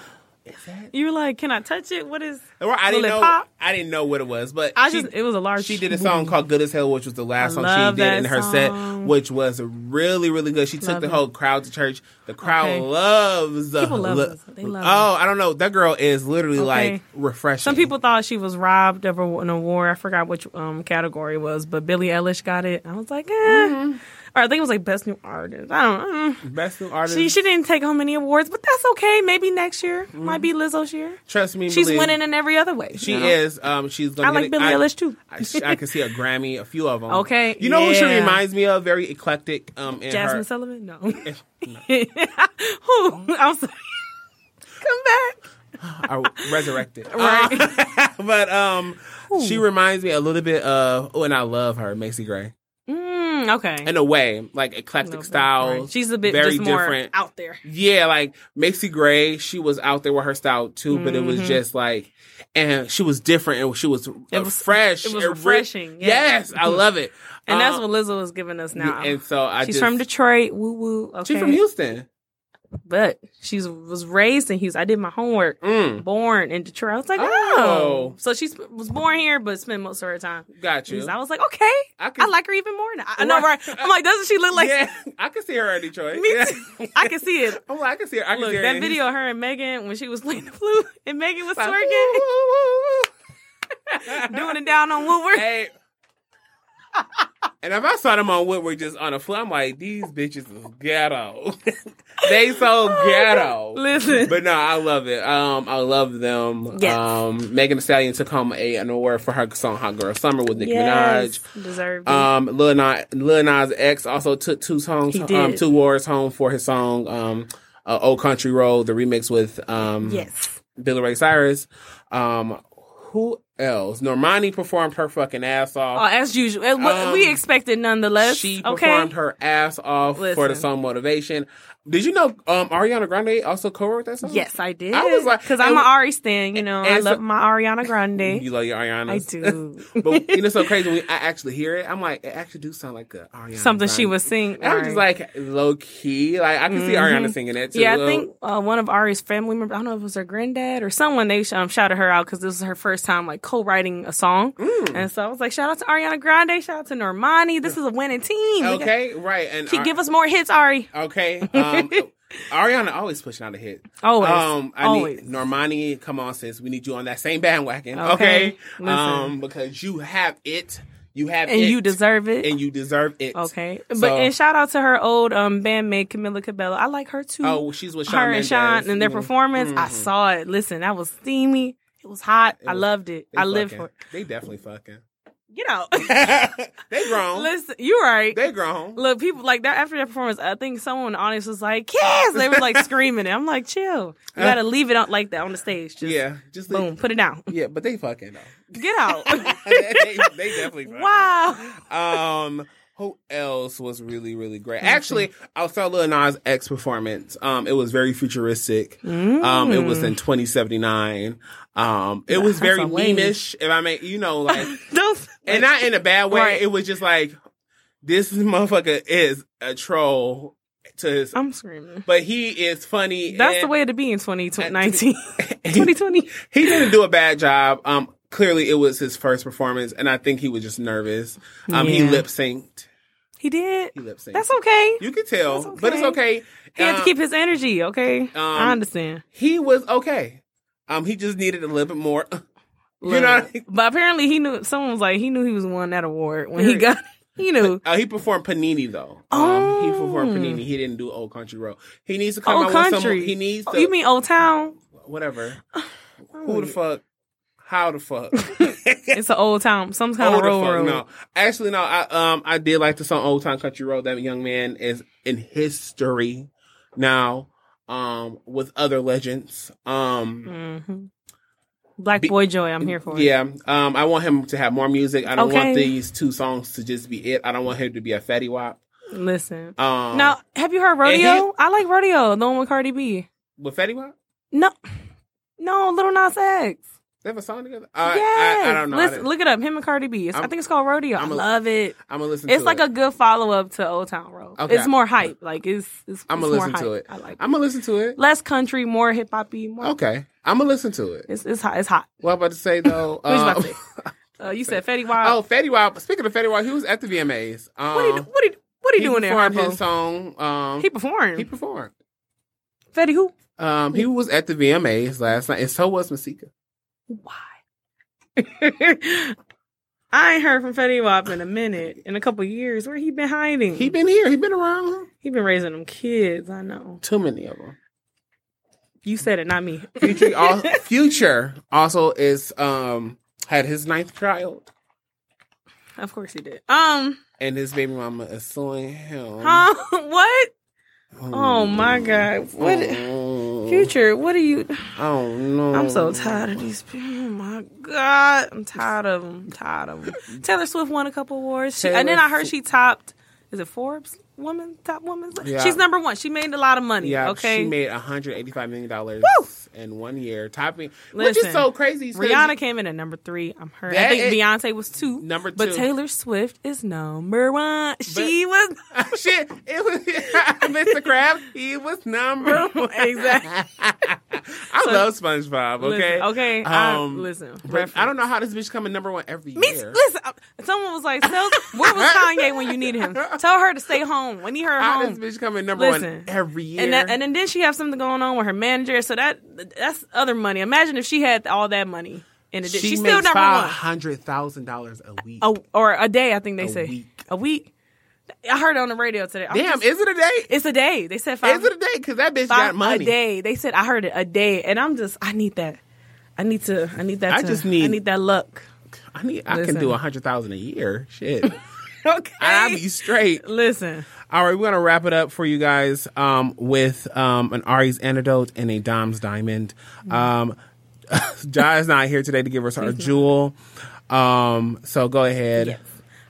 C: you were like, "Can I touch it? What is?"
B: I
C: Will
B: didn't
C: it
B: know,
C: pop?
B: I didn't know what it was. But
C: I
B: she-
C: just it was a large.
B: She did a song called "Good as Hell," which was the last song
C: love
B: she did
C: that
B: in her set,
C: song.
B: which was really, really good. She took
C: Love
B: the
C: it.
B: whole crowd to church. The crowd
C: Okay.
B: loves. uh,
C: People love us. They love
B: Oh, I don't know. That girl is literally like
C: Okay.
B: refreshing.
C: Some people thought she was robbed of a- an award. I forgot which um, category it was, but Billie Eilish got it. I was like, eh.
B: Mm-hmm.
C: or I think it was like Best New Artist. I don't. Mm.
B: best new artist.
C: She she didn't take home any awards, but that's okay. Maybe next year might be Lizzo's year.
B: Trust me,
C: She's
B: Malik,
C: winning in every other way.
B: Mm-hmm. She
C: you know?
B: is. Um, she's gonna.
C: I like
B: get it.
C: Billie Eilish too.
B: I, sh-
C: [LAUGHS]
B: I can see a Grammy, a few of them.
C: Okay,
B: you know who she
C: yeah.
B: reminds me of? Very eclectic. Um, in
C: Jasmine
B: her,
C: Sullivan. No. [LAUGHS] Who? I'm sorry. [LAUGHS] Come back.
B: I resurrected.
C: [LAUGHS]
B: Uh,
C: Right.
B: but um, she reminds me a little bit of. Oh, and I love her, Macy Gray.
C: Mm, okay.
B: in a way, like eclectic styles.
C: She's a bit
B: very
C: just more
B: different.
C: out there.
B: yeah, like Macy Gray, she was out there with her style too, but it was just like, and she was different, and she was, it
C: was-
B: fresh.
C: Mm-hmm. it was
B: re-
C: refreshing, yeah.
B: Yes, I love it.
C: And that's
B: Um,
C: what Lizzo is giving us now.
B: And so I
C: she's
B: just,
C: from Detroit. Woo woo. Okay.
B: She's from Houston.
C: But she was raised in Houston. I did my homework.
B: Mm,
C: Born in Detroit. I was like,
B: Oh.
C: oh. So she sp- was born here, but spent most of her time.
B: got you.
C: Because I was like, okay.
B: I
C: I,
B: can-
C: like her even more now. I, I know,
B: Right.
C: right? I'm like, doesn't she look like.
B: yeah, [LAUGHS] I can see her in Detroit.
C: [LAUGHS] Me
B: Yeah.
C: too. I can see it.
B: I'm like, I can see her. [LAUGHS] I can
C: Look,
B: see her
C: that
B: in
C: video of her and Megan when she was [LAUGHS] playing the flute and Megan was
B: Houston.
C: twerking,
B: Like, woo, woo, woo, woo.
C: [LAUGHS] doing it down on Woodward.
B: Hey. And if I saw them on Woodward just on a floor, I'm like, these bitches is ghetto. [LAUGHS] they so ghetto.
C: [LAUGHS] Listen.
B: But no, I love it. Um, I love them.
C: Yes.
B: Um, Megan Thee Stallion took home a, an award for her song Hot Girl Summer with Nicki
C: yes,
B: Minaj.
C: deserved. it.
B: Um, Lil Nas, Lil Nas X also took two songs,
C: He
B: um,
C: did.
B: two awards home for his song, um, uh, Old Country Road, the remix with, um,
C: yes.
B: Billy Ray Cyrus. Um, who else? Normani performed her fucking ass off.
C: Oh, as usual, It wa-
B: um,
C: we expected nonetheless.
B: She
C: okay,
B: performed her ass off for the
C: Listen.
B: song Motivation. Did you know um, Ariana Grande also co wrote that song?
C: yes, I did.
B: I was like-
C: because I'm
B: and-
C: an Ari stan. You know, I
B: and so-
C: love my Ariana Grande.
B: [LAUGHS] You love your Ariana.
C: I do.
B: but you know, so
C: [LAUGHS]
B: crazy when I actually hear it, I'm like, it actually do sound like a Ariana.
C: Something she
B: Grande.
C: was singing.
B: I was just like low key. Like I can see Ariana singing that too.
C: Yeah, I think uh, one of Ari's family members, I don't know if it was her granddad or someone, they um, shouted her out because this was her first time like co-writing a song.
B: Mm.
C: And so I was like, shout out to Ariana Grande, shout out to Normani. This is a winning team. We got-
B: Okay, right. And
C: Keep,
B: Ar-
C: give us more hits, Ari. [LAUGHS]
B: Okay. Um, Ariana always pushing out a hit.
C: Always.
B: Um, I
C: Always.
B: need Normani. Come on, sis. We need you on that same bandwagon. Okay.
C: Okay.
B: Um, because you have it. You have
C: And
B: it.
C: you deserve it.
B: And you deserve it.
C: okay. But
B: So-
C: and shout out to her old um bandmate Camila Cabello. I like her too.
B: Oh, she's with Shawn
C: her and
B: Mendes,
C: Sean and their
B: Mhm.
C: performance. I saw it. Listen, that was steamy. It was hot. I
B: was-
C: loved it.
B: They
C: I lived
B: fucking-
C: for it.
B: They definitely
C: [LAUGHS]
B: fucking. [LAUGHS]
C: Get out. [LAUGHS]
B: they grown.
C: Listen, you're right.
B: They grown.
C: Look, people like that after that performance. I think someone in the audience was like, "Kiss!" They were like screaming it. I'm like, "Chill, you gotta leave it on like that on the stage." Just
B: Uh-huh. yeah. Just leave-
C: boom, put it down,
B: Yeah, but they fucking
C: [LAUGHS]
B: though. [LAUGHS]
C: get out.
B: they, they definitely fucking.
C: wow,
B: Um, who else was really really great? Actually, I saw Lil Nas X performance. Um, it was very futuristic. Um, it
C: Mm.
B: was in 2079. Um, it was
C: Hmm. That's
B: very
C: a wave.
B: memeish. If I may, you know,
C: [LAUGHS]
B: like,
C: don't.
B: and not in a bad way.
C: Right.
B: It was just like this motherfucker is a troll to his,
C: I'm screaming.
B: but he is funny.
C: Oh. That's the
B: and-
C: way to be in 2019, 2020.
B: [LAUGHS] he didn't do a bad job. Um, clearly it was his first performance, and I think he was just nervous. Um, he
C: Yeah.
B: lip synced.
C: He did.
B: He lip synced.
C: That's okay.
B: You could tell,
C: That's
B: but it's
C: okay.
B: okay.
C: He had
B: Uh,
C: to keep his energy. Okay,
B: um,
C: I understand.
B: He was okay. Um, he just needed a little bit more. [LAUGHS] you know, what I mean?
C: but apparently he knew. Someone was like, he knew he was won that award when he got. [LAUGHS] He knew.
B: uh, he performed Panini though. Um, he performed Panini. He didn't do Old Country Road. He needs to come
C: Oh.
B: out
C: Old
B: with some.
C: country.
B: He needs
C: Oh,
B: to.
C: you mean old town?
B: whatever? Who the fuck? How the fuck?
C: [LAUGHS]
B: [LAUGHS]
C: It's an old town. Some kind
B: Oh,
C: of
B: the
C: road.
B: fuck,
C: road.
B: No, actually, no. I um, I did like the song "Old Time Country Road." That young man is in history now. um, with other legends. Um,
C: Mhm. Black
B: Be-
C: Boy Joy, I'm here for it.
B: yeah, um, I want him to have more music. I don't
C: Okay.
B: want these two songs to just be it. I don't want him to be a fatty wop.
C: Listen.
B: Um,
C: now, have you heard
B: and
C: Rodeo?
B: he-
C: I like Rodeo, the one with Cardi B.
B: with fatty wop,
C: No, no, Little Nas X.
B: they have a song together. I,
C: yes.
B: I, I don't know. I
C: Listen,
B: didn't-
C: look it up. Him and Cardi B. It's, I
B: I'm-
C: think it's called Rodeo. i
B: I'm a-
C: love it.
B: I'm gonna listen.
C: It's
B: to
C: like
B: it.
C: a good follow up to Old Town Road.
B: Okay.
C: It's more hype. Like it's. it's
B: I'ma
C: it's more
B: listen to
C: hype.
B: it.
C: I like. it.
B: I'm gonna listen to it.
C: Less country, more hip hoppy. More.
B: Okay, I'm gonna listen to it.
C: It's it's hot. It's hot.
B: What I'm about to say though?
C: [LAUGHS] What you about
B: um,
C: to say? Uh, you said
B: [LAUGHS]
C: Fetty
B: oh,
C: Wap.
B: fatty wop. Speaking of fatty wop, he was at the VMAs. Um,
C: what he what he what he, doing there?
B: performed
C: Harpo?
B: his song. Um,
C: he performed.
B: he performed.
C: Fetty who? [LAUGHS]
B: Um, he was at the VMAs last night, and so was Masika.
C: Why? I ain't heard from Fetty Wap in a minute, in a couple years. Where he been hiding?
B: He been here. He been around.
C: he been raising them kids. I know.
B: Too many of them.
C: You said it, not me. [LAUGHS]
B: Future, al- Future also is um had his ninth child,
C: of course he did. Um,
B: and his baby mama is suing him. Mm.
C: huh? [LAUGHS] What? Oh my God! What?
B: Oh,
C: Future, what are you?
B: I don't know.
C: I'm so tired of these. people. Oh my God, I'm tired of them. Tired of them. Taylor Swift won a couple awards, she, and then I heard she topped. Is it Forbes woman top woman?
B: Yeah.
C: She's number one. She made a lot of money.
B: Yeah,
C: okay.
B: she made 185 million dollars in one year, topping, which
C: Listen,
B: is so crazy. is 'cause
C: Rihanna came in at number three. I'm her. I
B: That
C: think
B: is-
C: Beyonce was two.
B: Number
C: But
B: two.
C: Taylor Swift is number one. she was
B: [LAUGHS] Shit, it was [LAUGHS] Mr. Krabs. He was number
C: [LAUGHS]
B: one. [LAUGHS]
C: Exactly.
B: I love SpongeBob.
C: Listen,
B: Okay, Um,
C: okay, I- listen,
B: but
C: reference.
B: I don't know how this bitch coming number one every
C: Me,
B: year.
C: listen, uh, someone was like, tell,
B: [LAUGHS]
C: where was Kanye when you needed him? Tell her to stay home. We need her
B: How
C: home.
B: this bitch coming number
C: Listen,
B: one every year?
C: And, that, and then- then she have something going on with her manager. So that that's other money. Imagine if she had all that money. In addition, she's still number
B: five
C: one.
B: hundred thousand dollars a week.
C: A, or a day, I think they
B: A
C: say.
B: week.
C: A week. I heard it on the radio today. I'm
B: Damn,
C: just-
B: is it a day?
C: it's a day. They said five.
B: Is it a day? Because that bitch
C: five
B: got money.
C: a day. They said I heard it a day, and I'm just I need that. I need to. I need that.
B: I
C: to-
B: just need-
C: I need
B: [LAUGHS]
C: that luck.
B: I need. I
C: Listen.
B: can do a hundred thousand a year. [LAUGHS] Shit,
C: Okay.
B: I'll be straight.
C: Listen.
B: All right, we're gonna wrap it up for you guys um, with um, an Ari's antidote and a Dom's diamond. Um, [LAUGHS] Jai is not here today to give us our jewel, um, so go ahead.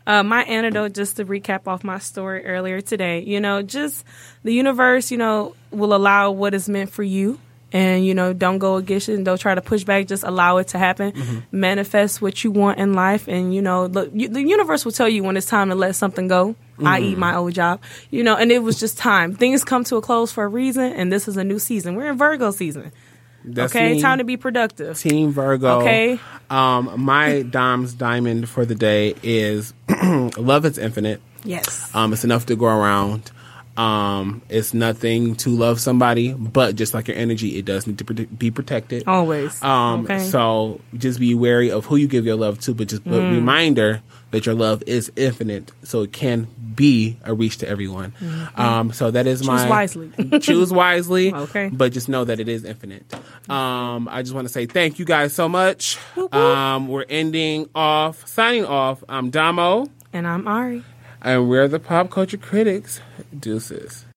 C: Uh, my antidote, just to recap off my story earlier today, you know, just the universe, you know, will allow what is meant for you. And, you know, don't go against it and don't try to push back. Just allow it to happen.
B: Mm-hmm.
C: Manifest what you want in life. And, you know, look, you, the universe will tell you when it's time to let something go,
B: Mm-hmm.
C: i.e., my old job. You know, and it was just time. Things come to a close for a reason. And this is a new season. We're in Virgo season.
B: That's
C: okay.
B: me.
C: Time to be productive.
B: Team Virgo.
C: Okay.
B: Um, my Dom's diamond for the day is [CLEARS THROAT] love is infinite.
C: Yes.
B: Um, it's enough to go around. Um, it's nothing to love somebody, but just like your energy, it does need to prote- be protected.
C: Always.
B: Um,
C: Oh, okay.
B: so just be wary of who you give your love to, but just but
C: Mm.
B: reminder that your love is infinite, so it can be a reach to everyone. Um, so that is my
C: Mm-hmm. wisely.
B: [LAUGHS] choose wisely.
C: [LAUGHS] Okay.
B: but just know that it is infinite. Um, I just want to say thank you guys so much.
C: Whoop, whoop.
B: Um, we're ending off, signing off. I'm Damo,
C: And I'm Ari.
B: and we're the pop culture critics. Deuces.